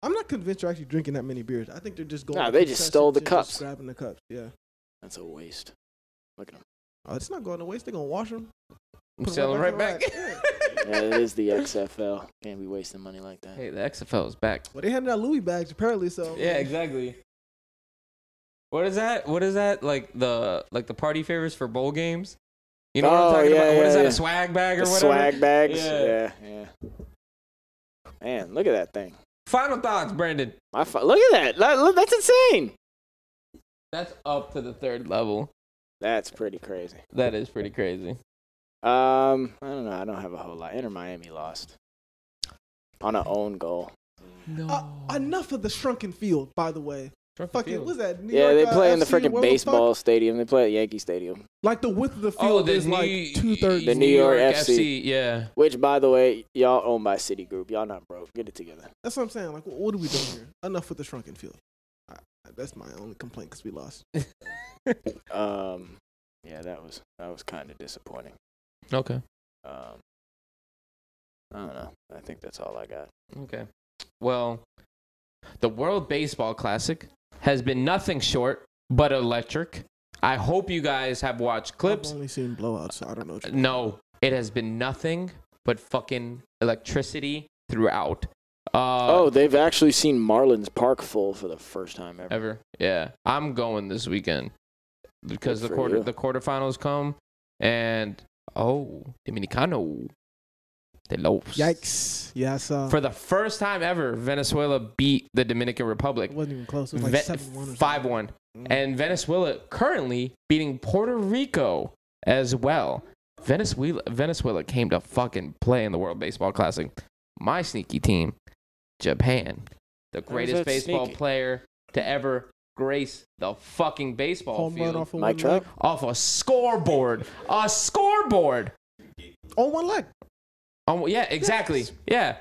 Speaker 3: I'm not convinced you're actually drinking that many beers. I think they're just going.
Speaker 6: Nah,
Speaker 3: to
Speaker 6: they just
Speaker 3: concessions
Speaker 6: stole the
Speaker 3: and just
Speaker 6: cups.
Speaker 3: Grabbing the cups. Yeah.
Speaker 6: That's a waste. Look at him.
Speaker 3: Oh, it's not going to waste. They're gonna wash them.
Speaker 7: I'm
Speaker 3: Put it
Speaker 7: selling
Speaker 3: right
Speaker 7: right
Speaker 3: back
Speaker 7: back.
Speaker 3: in the
Speaker 6: Yeah, it is the XFL. Can't be wasting money like that.
Speaker 7: hey, the XFL is back.
Speaker 3: Well, they handed out Louis bags apparently. So
Speaker 7: Yeah, exactly. What is that? What is that? Like the like the party favors for bowl games? You know what
Speaker 6: Oh,
Speaker 7: I'm talking
Speaker 6: yeah,
Speaker 7: about? What is
Speaker 6: yeah,
Speaker 7: that?
Speaker 6: yeah.
Speaker 7: A swag bag or
Speaker 6: The
Speaker 7: whatever?
Speaker 6: swag bags.
Speaker 7: Yeah.
Speaker 6: Yeah. yeah, Man, look at that thing.
Speaker 7: Final thoughts, Brandon.
Speaker 6: My fu- look at that. That- Look, that's insane.
Speaker 7: That's up to the third level.
Speaker 6: That's pretty crazy.
Speaker 7: That is pretty crazy.
Speaker 6: Um, I don't know. I don't have a whole lot. Inter Miami lost on an own goal.
Speaker 7: No.
Speaker 3: Uh, enough of the shrunken field, by the way. Fuck it. What's that? New
Speaker 6: yeah,
Speaker 3: York,
Speaker 6: they
Speaker 3: uh,
Speaker 6: play in the
Speaker 3: FC,
Speaker 6: freaking
Speaker 3: where the fuck-
Speaker 6: baseball stadium. They play at Yankee Stadium.
Speaker 3: Like the width of the
Speaker 7: oh,
Speaker 3: field
Speaker 7: the
Speaker 3: is
Speaker 7: New,
Speaker 3: like two thirds.
Speaker 7: the
Speaker 6: New York FC.
Speaker 7: Yeah.
Speaker 6: Which, by the way, y'all owned by Citigroup. Y'all not broke. Get it together.
Speaker 3: That's what I'm saying. Like, wh- what are we doing here? Enough with the shrunken field. I, I- that's my only complaint because we lost.
Speaker 6: Um, yeah, that was that was kind of disappointing.
Speaker 7: Okay.
Speaker 6: Um, I don't know. I think that's all I got.
Speaker 7: Okay. Well, the World Baseball Classic has been nothing short but electric. I hope you guys have watched clips.
Speaker 3: I've only seen blowouts, so I don't know. What you
Speaker 7: No, it has been nothing but fucking electricity throughout. Uh,
Speaker 6: oh, they've actually seen Marlins Park full for the first time ever.
Speaker 7: ever? Yeah, I'm going this weekend because
Speaker 6: Good
Speaker 7: the
Speaker 6: for
Speaker 7: quarter
Speaker 6: you.
Speaker 7: the quarterfinals come, and oh, Dominicano, they lost.
Speaker 3: Yikes! Yeah, I saw.
Speaker 7: For the first time ever, Venezuela beat the Dominican Republic.
Speaker 3: it wasn't even close. It was
Speaker 7: Ve-
Speaker 3: like seven one. Mm-hmm.
Speaker 7: five one, and Venezuela currently beating Puerto Rico as well. Venezuela Venezuela came to fucking play in the World Baseball Classic. My sneaky team, Japan, the greatest
Speaker 6: that
Speaker 7: baseball
Speaker 6: sneaky?
Speaker 7: player to ever grace the fucking baseball
Speaker 3: Home
Speaker 7: field
Speaker 3: run off of
Speaker 6: Mike
Speaker 3: one
Speaker 6: Trout.
Speaker 3: leg.
Speaker 7: off a scoreboard, a scoreboard.
Speaker 3: On one leg.
Speaker 7: Oh yeah, exactly. Yeah.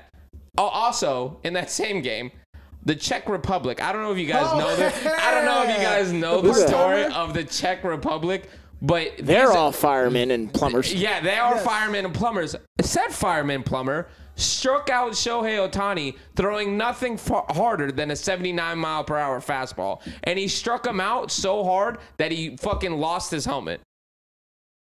Speaker 7: Oh, also in that same game, the Czech Republic. I don't know if you guys
Speaker 3: Oh,
Speaker 7: know the. I don't know if you guys know the
Speaker 6: Who's that?
Speaker 7: story of the Czech Republic, but
Speaker 6: They're
Speaker 7: these-
Speaker 6: all firemen and plumbers.
Speaker 7: Yeah, they are
Speaker 3: Yes.
Speaker 7: firemen and plumbers. Said fireman and plumber struck out Shohei Otani throwing nothing far harder than a 79 mile per hour fastball, and he struck him out so hard that he fucking lost his helmet.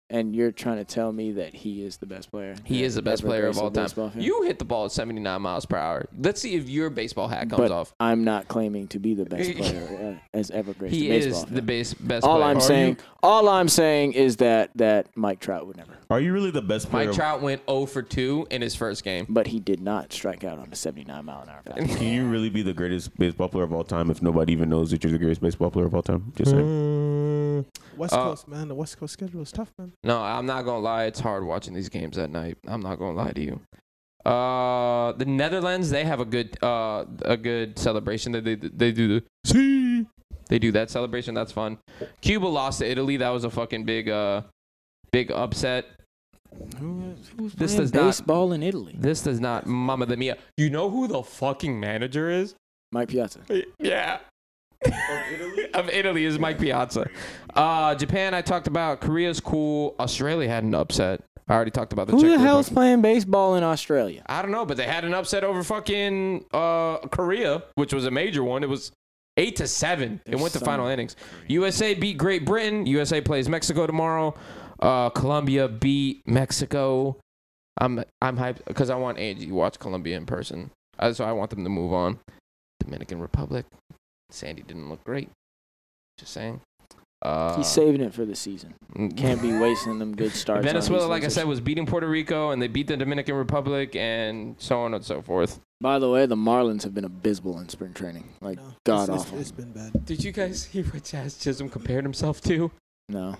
Speaker 6: And you're trying to tell me that he is the best player?
Speaker 7: He
Speaker 6: that
Speaker 7: is the best
Speaker 6: ever
Speaker 7: player of
Speaker 6: graced a
Speaker 7: all time.
Speaker 6: baseball field?
Speaker 7: You hit the ball at 79 miles per hour. Let's see if your baseball hat comes
Speaker 6: but
Speaker 7: off.
Speaker 6: I'm not claiming to be the best player uh, as ever graced
Speaker 7: He
Speaker 6: a baseball
Speaker 7: is the
Speaker 6: field.
Speaker 7: base, best
Speaker 6: all
Speaker 7: player.
Speaker 6: I'm saying, all I'm saying is that that Mike Trout would never.
Speaker 5: Are you really the best player?
Speaker 7: Mike Trout went 0 for 2 in his first game.
Speaker 6: But he did not strike out on a 79 mile an hour. fastball.
Speaker 5: Can you really be the greatest baseball player of all time if nobody even knows that you're the greatest baseball player of all time? Just saying.
Speaker 3: West
Speaker 7: Uh,
Speaker 3: Coast man, the West Coast schedule is tough, man.
Speaker 7: No, I'm not going to lie. It's hard watching these games at night. I'm not going to lie to you. Uh, the Netherlands, they have a good uh, a good celebration. They, they, they do the see. They do that celebration. That's fun. Cuba lost to Italy. That was a fucking big uh, big upset.
Speaker 6: Who- who's
Speaker 7: This
Speaker 6: playing
Speaker 7: does not-
Speaker 6: baseball in Italy.
Speaker 7: This does not mama the mia. You know who the fucking manager is?
Speaker 6: Mike Piazza.
Speaker 7: Yeah. Of Italy? of Italy is Mike Piazza. Uh, Japan, I talked about. Korea's cool. Australia had an upset. I already talked about the
Speaker 6: Who
Speaker 7: Czech
Speaker 6: the hell's
Speaker 7: Republic.
Speaker 6: playing baseball in Australia?
Speaker 7: I don't know, but they had an upset over fucking uh, Korea, which was a major one. It was eight to seven. It
Speaker 6: There's
Speaker 7: went to
Speaker 6: some-
Speaker 7: final innings. USA beat Great Britain. USA plays Mexico tomorrow. Uh, Colombia beat Mexico. I'm I'm hyped because I want Angie to watch Colombia in person. Uh, so I want them to move on. Dominican Republic. Sandy didn't look great. Just saying. Uh,
Speaker 6: He's saving it for the season. Can't be wasting them good starts. on
Speaker 7: Venezuela,
Speaker 6: these
Speaker 7: like I
Speaker 6: losers.
Speaker 7: said, was beating Puerto Rico, and they beat the Dominican Republic, and so on and so forth.
Speaker 6: By the way, the Marlins have been abysmal in spring training. Like
Speaker 3: No,
Speaker 6: god
Speaker 3: it's-
Speaker 6: awful.
Speaker 3: it's- it's been bad.
Speaker 7: Did you guys hear what Jazz Chisholm compared himself to?
Speaker 6: no.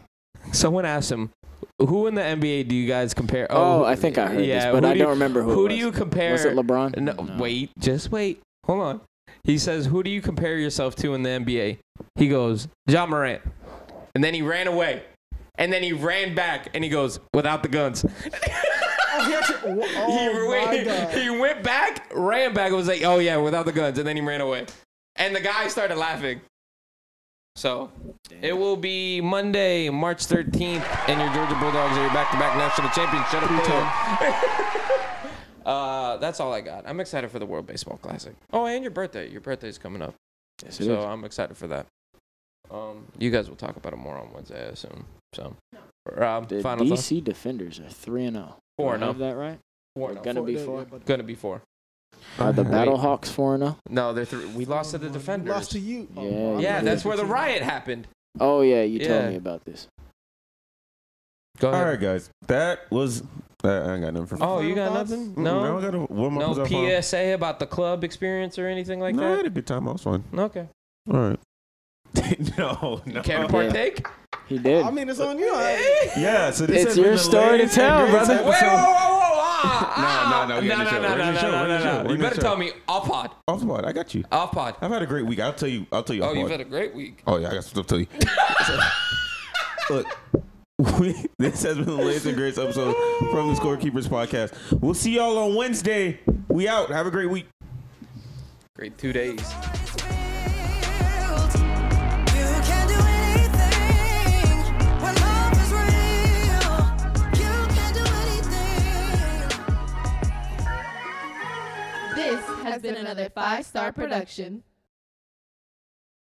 Speaker 7: Someone asked him, "Who in the NBA do you guys compare?"
Speaker 6: Oh,
Speaker 7: who-
Speaker 6: I think I heard
Speaker 7: yeah,
Speaker 6: this, but
Speaker 7: who
Speaker 6: I
Speaker 7: do
Speaker 6: do
Speaker 7: you-
Speaker 6: not remember who.
Speaker 7: Who
Speaker 6: it
Speaker 7: do
Speaker 6: was.
Speaker 7: you compare?
Speaker 6: Was it LeBron?
Speaker 7: No, wait, just wait. Hold on. He says, "Who do you compare yourself to in the NBA?" He goes, "John Morant," and then he ran away, and then he ran back, and he goes, "Without the guns."
Speaker 3: he actually- wha- oh
Speaker 7: he,
Speaker 3: my
Speaker 7: went,
Speaker 3: God.
Speaker 7: he went back, ran back, and was like, "Oh yeah, without the guns," and then he ran away. and the guy started laughing. So it will be Monday, March 13th, and your Georgia Bulldogs are your back-to-back national champions. Shut up, Bill. uh, that's all I got. I'm excited for the World Baseball Classic. Oh, and your birthday. Your birthday's coming up,
Speaker 8: Yes, it
Speaker 7: so uh,
Speaker 8: is.
Speaker 7: I'm excited for that. Um, you guys will talk about it more on Wednesday, I assume. So, Rob,
Speaker 8: The
Speaker 7: final thoughts?
Speaker 8: DC Defenders are three
Speaker 6: oh.
Speaker 8: and zero.
Speaker 7: Four oh.
Speaker 8: Have
Speaker 7: no,
Speaker 8: that right?
Speaker 7: four
Speaker 8: They're
Speaker 7: no,
Speaker 8: gonna be
Speaker 3: yeah,
Speaker 8: four.
Speaker 3: but-
Speaker 7: gonna be four.
Speaker 6: Mm-hmm.
Speaker 8: Are the
Speaker 7: Right.
Speaker 8: Battlehawks four and oh? zero?
Speaker 7: No, they're three. We lost to the
Speaker 3: We
Speaker 7: defenders.
Speaker 3: Lost to you. Oh,
Speaker 8: Yeah,
Speaker 3: I'm
Speaker 7: yeah,
Speaker 3: not
Speaker 7: that's
Speaker 3: even
Speaker 7: where the
Speaker 3: kidding.
Speaker 7: riot happened.
Speaker 8: Oh yeah, you
Speaker 7: Yeah.
Speaker 8: told me about this.
Speaker 7: Go
Speaker 5: All
Speaker 7: ahead.
Speaker 5: right, guys. That was. That, I ain't got nothing for.
Speaker 7: Oh, you got
Speaker 3: Final thoughts?
Speaker 5: Mm-mm,
Speaker 7: nothing?
Speaker 5: I Mm, don't
Speaker 7: No,
Speaker 5: got a, what my
Speaker 7: no
Speaker 5: was I for?
Speaker 7: PSA about the club experience or anything like
Speaker 5: no, I
Speaker 7: that.
Speaker 5: had a good time. I was fun.
Speaker 7: Okay,
Speaker 5: All right. no, no.
Speaker 7: can
Speaker 8: part-
Speaker 7: partake.
Speaker 8: He did.
Speaker 3: I mean, it's on you. I-
Speaker 5: Yeah, so this
Speaker 8: It's
Speaker 5: has been
Speaker 8: your
Speaker 5: the
Speaker 8: story to
Speaker 5: latest
Speaker 8: tell,
Speaker 5: and greatest
Speaker 8: brother.
Speaker 7: Wait, whoa,
Speaker 5: episode.
Speaker 7: whoa, whoa, whoa! Ah, ah.
Speaker 5: No, no, no, we
Speaker 7: no,
Speaker 5: on the
Speaker 7: no,
Speaker 5: show.
Speaker 7: no,
Speaker 5: We're
Speaker 7: no,
Speaker 5: in the show.
Speaker 7: no,
Speaker 5: We're in the show.
Speaker 7: no,
Speaker 5: We're
Speaker 7: no!
Speaker 5: in
Speaker 7: You
Speaker 5: the
Speaker 7: better
Speaker 5: show.
Speaker 7: tell me off pod,
Speaker 5: Off pod, I got you.
Speaker 7: off pod.
Speaker 5: I've had a great week. I'll tell you. I'll tell you.
Speaker 7: Oh,
Speaker 5: off
Speaker 7: you've
Speaker 5: pod.
Speaker 7: had a great week.
Speaker 5: Oh yeah, I got some stuff to tell you. Look, we, this has been the latest and greatest episode from the Scorekeepers podcast. We'll see y'all on Wednesday. We out. Have a great week.
Speaker 7: Great two days.
Speaker 9: You can do anything when love is real. You can do anything.
Speaker 1: This has been another five star production.